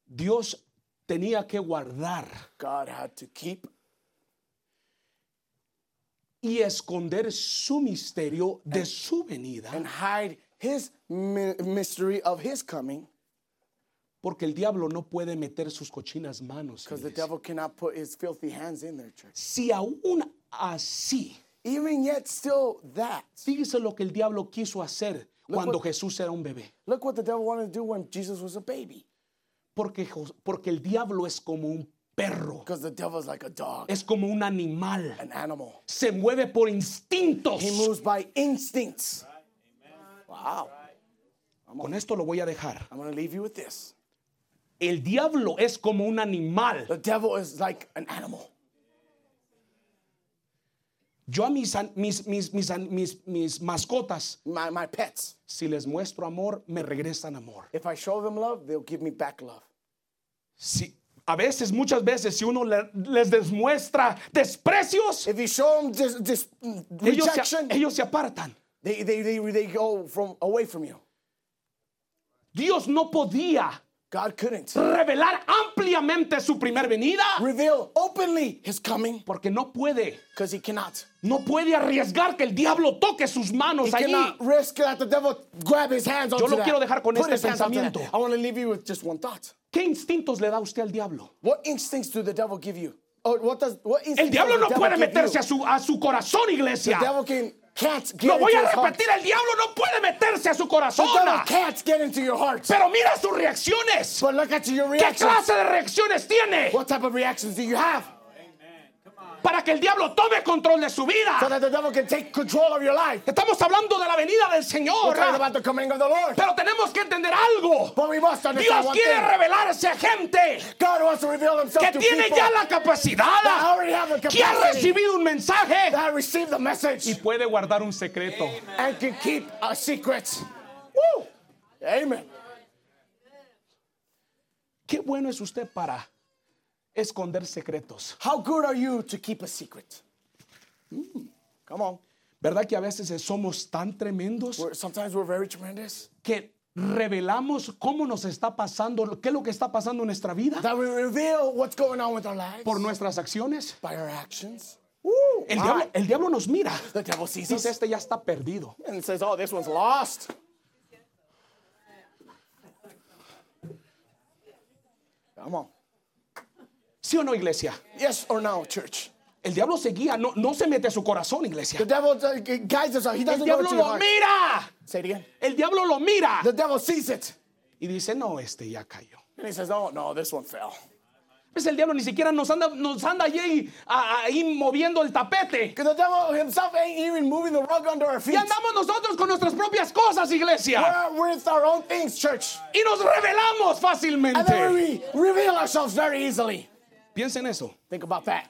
Dios tenía que guardar
God had to keep
y esconder su misterio de su venida,
and hide his mi- mystery of his coming
porque el diablo no puede meter sus cochinas manos.
because the
iglesia.
devil cannot put his filthy hands in their church.
Si aún así,
Even yet, still that.
fíjese lo que el diablo quiso hacer cuando
what-
Jesús era un bebé,
Look what the devil wanted to do when Jesus was a baby.
porque, Jos- porque el diablo es como un perro,
Because the devil's like a dog,
es como un animal.
an animal.
se mueve por instintos.
He moves by instincts. Wow.
Con esto lo voy a dejar.
I'm going to leave you with this.
El diablo es como un animal.
The devil is like an animal.
Yo a mis, an- mis, mis, mis, an- mis, mis mascotas,
My, my pets.
si les muestro amor, me regresan amor.
If I show them love, they'll give me back love.
Si, a veces, muchas veces, si uno le- les demuestra desprecios,
If you show them dis, dis,
ellos se,
rejection,
ellos se apartan.
they, they, they, they go from away from you.
Dios no podía
God couldn't
revelar ampliamente su primer venida
reveal openly his coming
porque no puede.
because he cannot.
No puede arriesgar que el diablo toque sus
He
manos allí.
cannot risk that the devil grab his hands onto
lo
that.
quiero dejar con
Put
este
his hands onto that.
pensamiento.
I want to leave you with just one thought.
¿Qué instintos le da usted al diablo?
What instincts do the devil give you? Oh, what does, what
El diablo no puede meterse a
su
su, a su corazón, iglesia.
The devil can, can't get
Lo voy
into
a
his heart.
repetir, el diablo no puede meterse a su corazón.
The devil can't get into your heart.
Pero mira sus reacciones.
But look at your
¿Qué
reactions.
clase de reacciones tiene?
What type of reactions do you have?
Para que el diablo tome control de su
So
vida.
that the devil can take control of your life.
Estamos hablando de la venida del
We're
Señor.
talking about the coming of the Lord.
Pero tenemos que entender algo.
But we must understand
Dios
one
quiere
thing.
revelarse a gente
God wants to reveal himself
que
to
tiene
people
ya la capacidad,
that already have the
que ha
capacity
recibido un mensaje
that receive the message
y puede guardar un secreto. ¡Uh!
and can keep our secrets.
¡Woo!
Amen.
Qué bueno es usted para esconder secretos.
How good are you to keep a secret? Hmm, Come on.
¿Verdad que a veces somos tan tremendos
We're, sometimes we're very tremendous.
que revelamos cómo nos está pasando, qué es lo que está pasando en nuestra vida
That we reveal what's going on with our lives
por nuestras acciones?
by our actions.
el, diablo, el diablo nos mira.
The devil sees
Dice,
us
este ya está perdido.
and says, oh, this one's lost. Come on.
¿Sí o no, iglesia?
Yes or no, church?
El diablo se guía, no, no se mete a su corazón, iglesia.
The devil uh, guides us out. He
El
doesn't know
diablo
to your
lo
heart.
mira.
Say it again.
El diablo lo mira.
The devil sees it.
Y dice, no, este ya cayó.
And he says, oh, no, this one fell.
Pues el diablo ni siquiera nos anda, nos anda ahí, a- ahí moviendo el tapete.
Because the devil himself ain't even moving the rug under our feet.
Y andamos nosotros con nuestras propias cosas, iglesia.
We're with our own things, church.
Y nos revelamos
And then
fácilmente.
we reveal ourselves very easily.
Piensa en eso.
Think about that.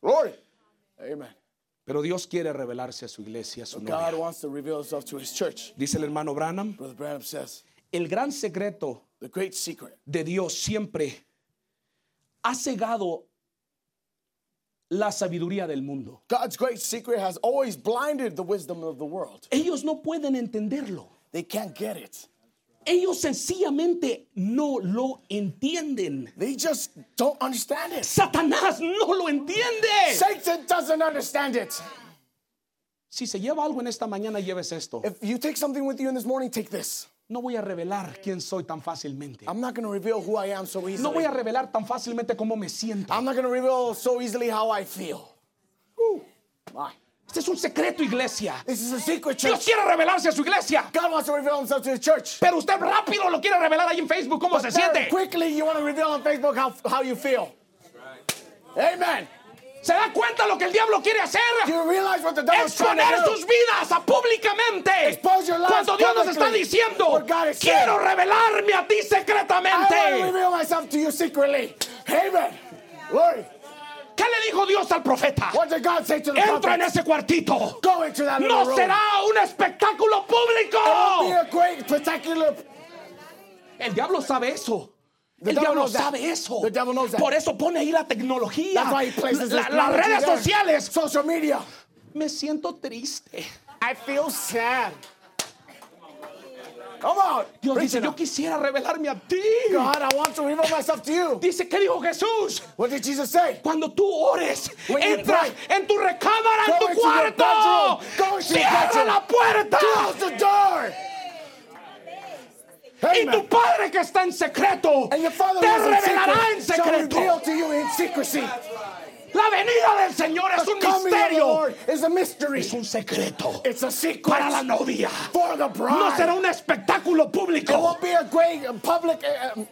Glory. Amen.
Pero Dios quiere revelarse a su iglesia, a su
Oh, God
novia.
wants to reveal himself to his church.
Dice el hermano Branham,
Brother Branham says,
el gran secreto
the great secret
de Dios siempre ha cegado la sabiduría del mundo.
God's great secret has always blinded the wisdom of the world.
Ellos no pueden entenderlo.
They can't get it.
Ellos sencillamente no lo entienden.
They just don't understand it.
Satanás no lo entiende.
Satan doesn't understand it.
Si se lleva algo en esta mañana, lleves esto.
If you take something with you in this morning, take this.
No voy a revelar quién soy tan fácilmente.
I'm not going to reveal who I am so easily.
No voy a revelar tan fácilmente cómo me siento.
I'm not going to reveal so easily how I feel. Woo. My.
Este es un secreto, iglesia.
This is a secret
Dios
church.
quiere revelarse a su iglesia.
God wants to reveal himself to the church.
Pero usted rápido lo quiere revelar ahí en Facebook cómo se
Very
siente.
quickly, you want to reveal on Facebook how, how you feel. Amen.
¿Se da cuenta lo que el diablo quiere hacer?
Do you realize what the devil's trying
Exponer
to do?
sus vidas a públicamente.
Expose your lives
Cuando Dios nos está
publicly.
diciendo,
What God is saying.
quiero revelarme a ti
I want to
secretamente.
reveal myself to you secretly. Amen. Glory.
¿Qué le dijo Dios al profeta?
What did God say to the
Entra en
prophet?
ese cuartito.
Go into that little
No
room.
será un espectáculo
It will be
público.
a great spectacular
El diablo sabe eso.
The
El
devil
diablo
knows that.
sabe eso.
The devil knows that.
Por eso pone ahí la tecnología,
That's why he places
la-
his
las
technology
redes
there.
sociales.
Social media.
Me siento triste.
I feel sad. Come on.
Dios
Preach
dice,
it
yo
up.
quisiera revelarme a ti.
God, I want to reveal myself to you.
Dice, ¿qué dijo Jesús?
What did Jesus say?
Cuando tú ores,
When you
entra
pray,
en tu recámara,
go
en
into
tu
your
cuarto.
bedroom, go into your
Cierra
bedroom,
la puerta.
Close the door.
Y
Amen.
tu padre que está en secreto te
And your father who is in
revelará en
secret shall
secreto.
reveal to you in secrecy.
La venida del Señor es
The
un
coming of the
misterio.
Lord is a mystery.
Es un secreto
It's a secret
para la novia.
for the bride.
No será un espectáculo
It
público.
won't be a great uh, public, uh, um,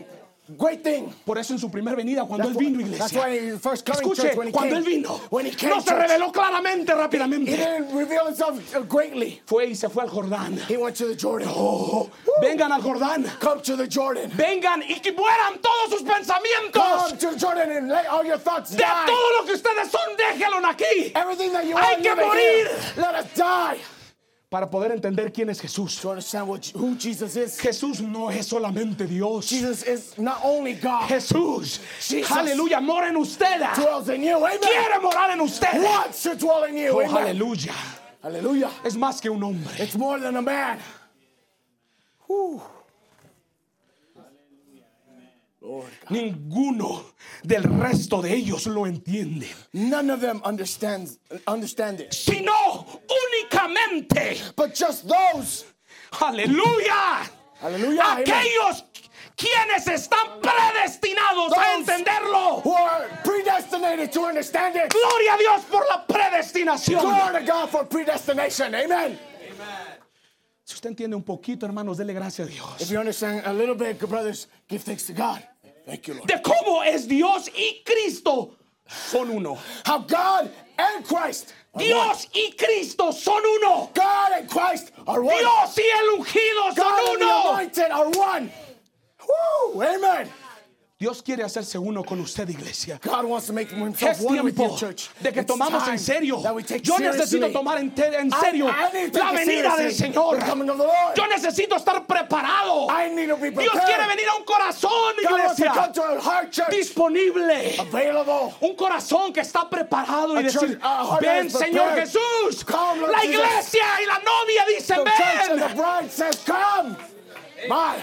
great thing.
Por eso en su primer venida, cuando él
That's why-
vino,
that's why
iglesia.
in first coming
Escuche,
church, when he
cuando
came,
él vino,
when he came,
no se
church,
reveló claramente,
He
rápidamente.
didn't reveal himself uh, greatly.
Fue y se fue al Jordán.
He went to the Jordan.
Oh, vengan al Jordán.
Come to the Jordan.
Vengan y que mueran todos sus pensamientos.
Come to the Jordan and let all your thoughts
De
die.
todo lo que ustedes son, déjenlo aquí.
Everything that you
Hay
want
que
live in here,
morir.
Let us die.
Para poder entender quién es Jesús.
To understand what, who Jesus is.
Jesús no es solamente Dios.
Jesus is not only God.
Jesús,
Jesus.
aleluya, mora en usted.
dwells in you. Amen.
Quiere morar en usted.
Wants to dwell in you.
Oh,
Amen.
aleluya.
Hallelujah.
Es más que un hombre.
It's more than a man.
Ninguno del resto de ellos lo entiende,
None of them understands understand it.
sino únicamente,
But just those.
aleluya,
Hallelujah. Amen.
aquellos quienes están predestinados a
Those
entenderlo.
who are predestinated to understand it.
Gloria a Dios por la predestinación.
Glory to God for predestination. Amen.
Si usted entiende un poquito, hermanos, dele gracias a Dios.
If you understand a little bit, good brothers, give thanks to God. Thank you, Lord.
De cómo es Dios y Cristo son uno.
How God and Christ are one.
Dios y Cristo son uno.
God and Christ are one.
Dios y el ungido
God
son
and the
uno.
anointed are one. Woo! Amen.
Dios quiere hacerse uno con usted, iglesia.
God wants to make himself
Es
one with
tiempo
your church.
de que
It's
tomamos en
time
serio.
that we take
Yo necesito
seriously.
tomar en, te- en
I-
serio
I need to
la
take it
venida del
seriously.
Señor.
The coming of the Lord.
Yo necesito estar preparado.
I need to be
Dios
prepared.
quiere venir a un corazón,
God wants to
iglesia,
come to a heart church
disponible.
available.
Un corazón que está preparado y
A church-
decir,
a heart that
ven
is
Señor
prepared.
Jesús.
Come, Lord
La
Jesus.
iglesia y la novia dicen,
The church and the
ven.
bride says, Come! My,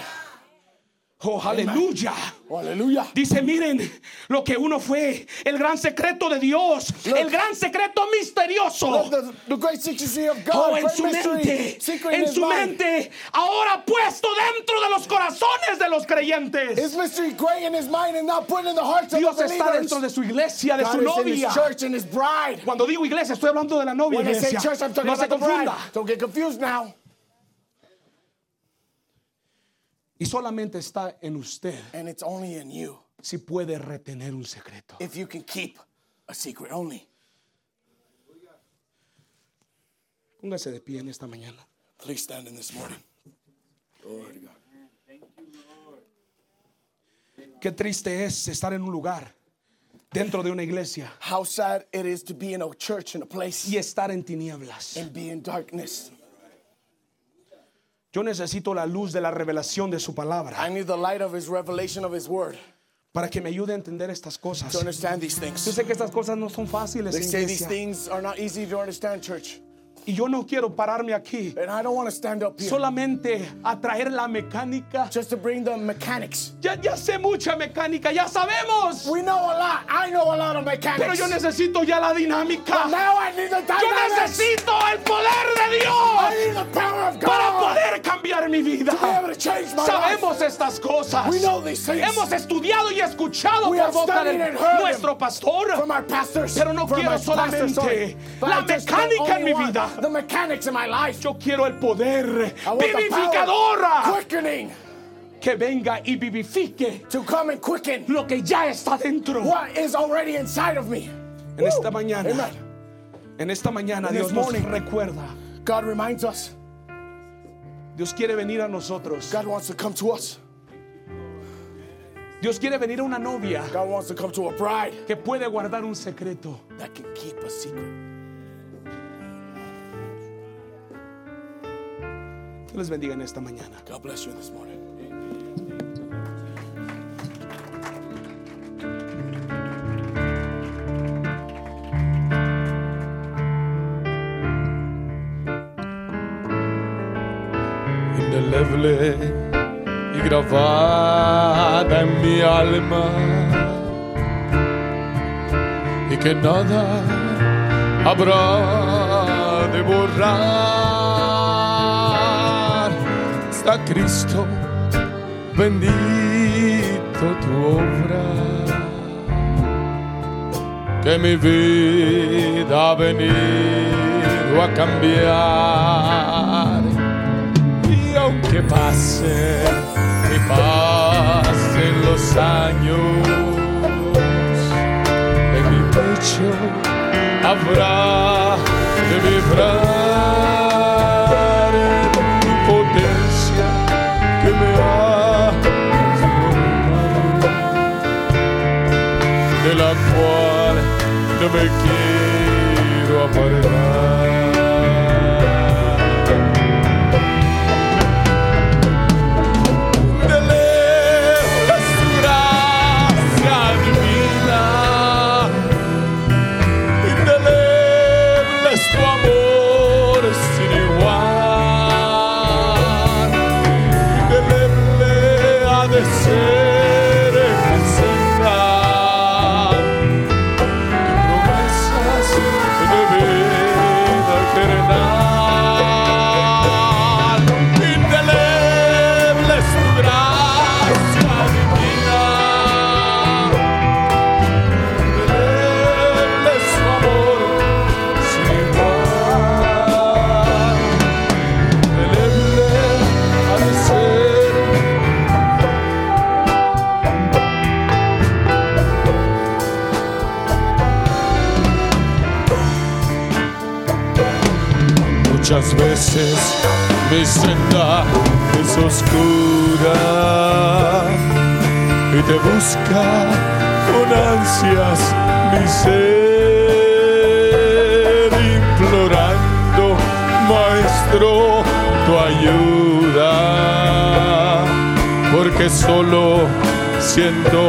Oh, aleluya.
hallelujah.
Dice, miren lo que uno fue, el gran secreto de Dios,
Look.
el gran secreto misterioso.
Let the, the great secrecy of
Oh,
God,
en
great
su
mystery,
mente,
secret in
en
his
su
mind.
mente, ahora puesto dentro de los corazones de los creyentes.
His mystery great in his mind and not put in the hearts
Dios
of the
está
believers.
dentro de su iglesia, de su
God is in
novia.
his church and his bride.
Cuando digo iglesia, estoy hablando de la novia.
When I say
iglesia.
church, I'm talking
No se
about the bride.
confunda.
Don't get confused now.
Y solamente está en usted
And it's only in you
si puede retener un secreto.
if you can keep a secret only.
Póngase de pie en esta mañana.
Please stand in this morning. Glory to God.
Qué triste es estar en un lugar dentro de una iglesia
How sad it is to be in a church in a place
y estar en tinieblas.
and be in darkness.
Yo necesito la luz de la revelación de su
I
palabra
need the light of his revelation of his word
para que me ayude a entender estas cosas.
to understand these
Yo
things.
sé que estas cosas no son fáciles,
They say these
iglesia,
things are not easy to understand, church.
y yo no quiero pararme aquí
And I don't want to stand up here
solamente a traer la mecánica.
just to bring the mechanics.
Ya, ya sé mucha mecánica, ya sabemos,
We know a lot. I know a lot of
pero
mechanics.
yo necesito ya la
But
dinámica.
now I need the
Yo
dynamics.
necesito el poder de
I
Dios
need the power of
para
God
poder cambiar mi vida.
to be able to change my life.
Sabemos estas cosas.
We know these things.
Hemos estudiado y escuchado
We
por
have
boca de
studied and heard
nuestro
From
pastor.
our pastors,
Pero no
from
quiero
our pastors,
solamente
sorry. But
la
I just don't
mecánica en
only
mi
want
vida.
The mechanics in my life.
Yo quiero el poder
I want the power
vivificadora
quickening
que venga y vivifique
to come and quicken
lo que ya está dentro.
what is already inside of me.
En esta mañana,
Amen.
en esta mañana
In
Dios
this
nos
morning.
recuerda.
God reminds us.
Dios quiere venir a nosotros.
God wants to come to us.
Dios quiere venir a una novia
God wants to come to a bride
que puede guardar un secreto.
that can keep a secret.
Dios les bendiga en esta mañana.
God bless you this morning.
indeleble y grabada en mi alma y que nada habrá de borrar está Cristo bendito tu obra que mi vida ha venido a cambiar y aunque pase y pasen los años, en mi pecho habrá de vibrar tu potencia que me ha transformado, de la cual no me quiero apartar. Deleva su gracia divina, indeleble es tu amor sin igual, indeleble ha de ser tu senda, tu promesa Muchas veces mi senda es oscura y te busca con ansias mi ser, implorando, maestro, tu ayuda, porque solo siento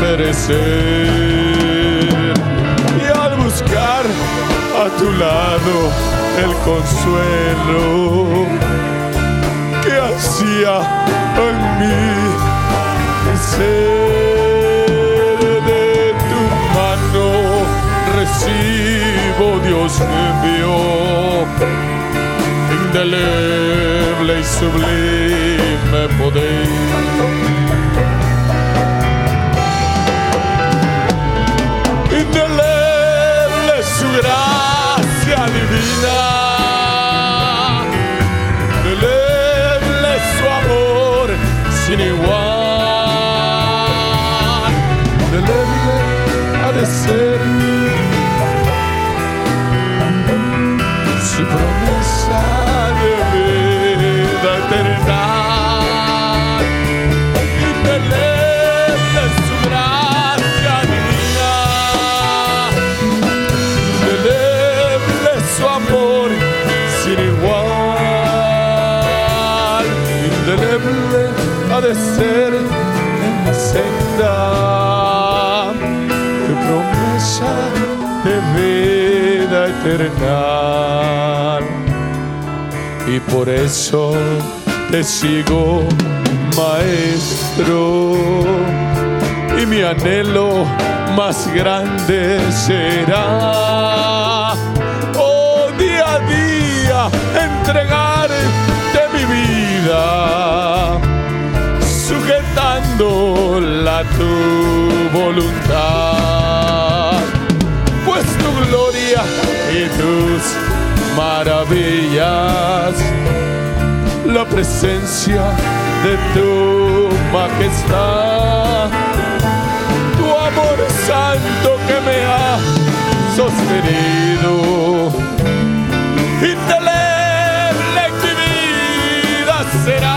perecer y al buscar a tu lado el consuelo que hacía en mí ser de tu mano recibo Dios mío indeleble y sublime poder indeleble su gracia divina, indeleble su amor sin igual, indeleble ha de ser su promesa de vida eterna. Indeleble su gracia divina, indeleble su amor sin igual, indeleble ha de ser en la senda tu promesa de vida eterna. Y por eso te sigo, maestro y mi anhelo más grande será. Oh, día a día entregarte mi vida, sujetándola a tu voluntad, pues tu gloria y tus maravillas la presencia de tu majestad, tu amor santo que me ha sostenido. Indeleble mi vida será.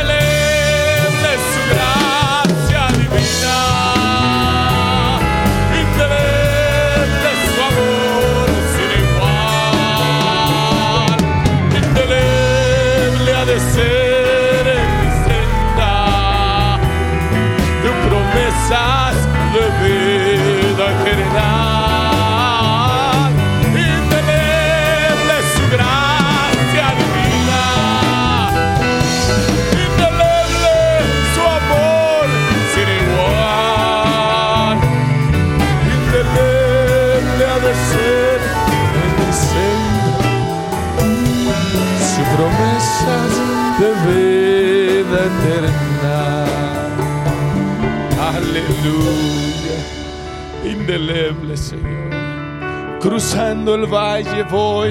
Indeleble su gracia divina, indeleble su amor sin igual, indeleble ha de ser en mi senda, de promesas de vida eterna. Indeleble su gracia divina, Indeleble su amor sin igual. Indeleble ha de ser en mi senda. Su promesas de vida eterna. Aleluya. Indeleble, Señor. Cruzando el valle voy.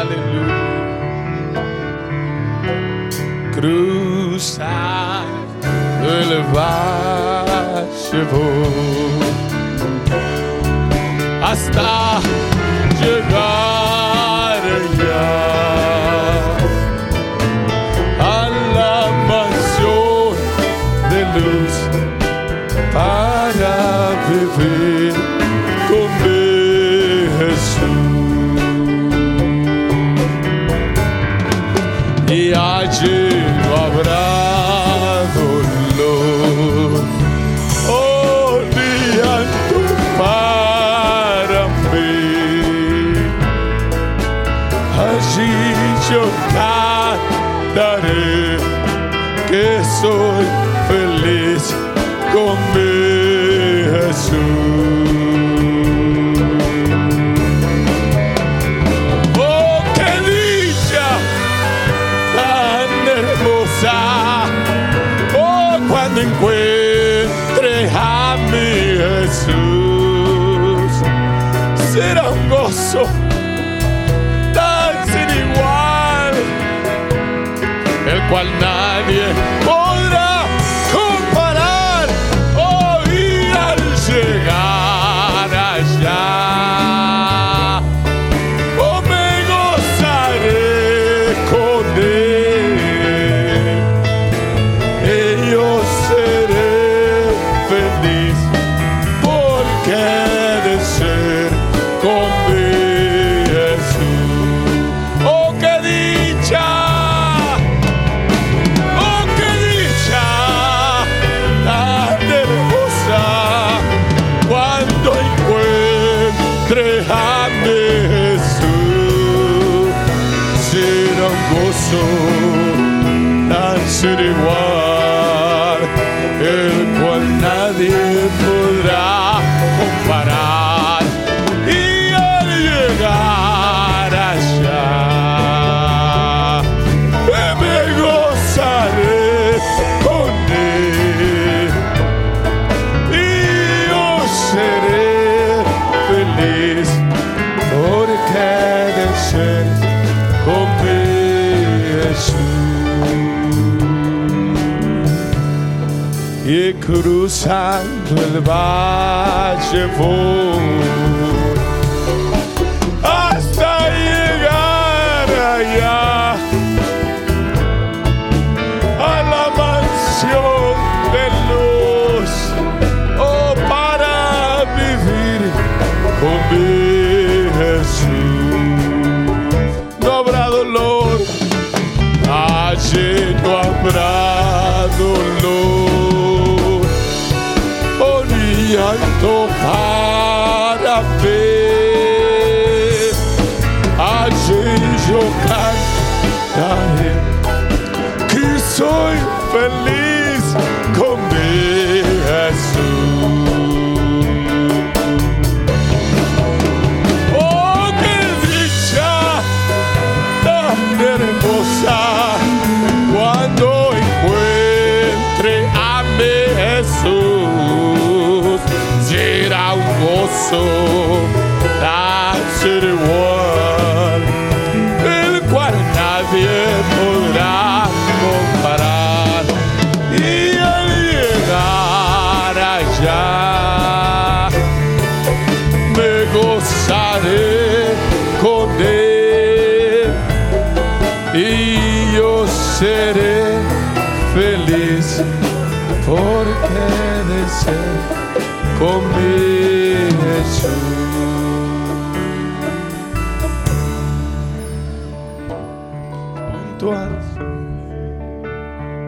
Aleluya cruzar el valle voy hasta llegar ya a la mansión de luz para vivir con mi Jesús y allí no habrá dolor. Oh, ni llanto para mí. Allí yo cantaré que soy feliz con mi Jesús. Oh, qué dicha tan hermosa. Oh, cuando encuentre a mi Jesús, será un gozo tan sin igual, el cual nadie podrá comparar. Oh, y al Oh, Oh, cruzando el valle voy hasta llegar allá a la mansión de luz oh para vivir con mi Jesús no habrá dolor allí no habrá dolor o ni llanto para ver allí yo cantaré que soy feliz con mi Jesús Oh, qué dicha tan hermosa cuando encuentre a mi Jesús. Será un gozo tan sin igual, el cual nadie podrá comparar. Y al llegar allá, me gozaré con él y yo seré feliz porque de ser con mi Jesús. Puntual.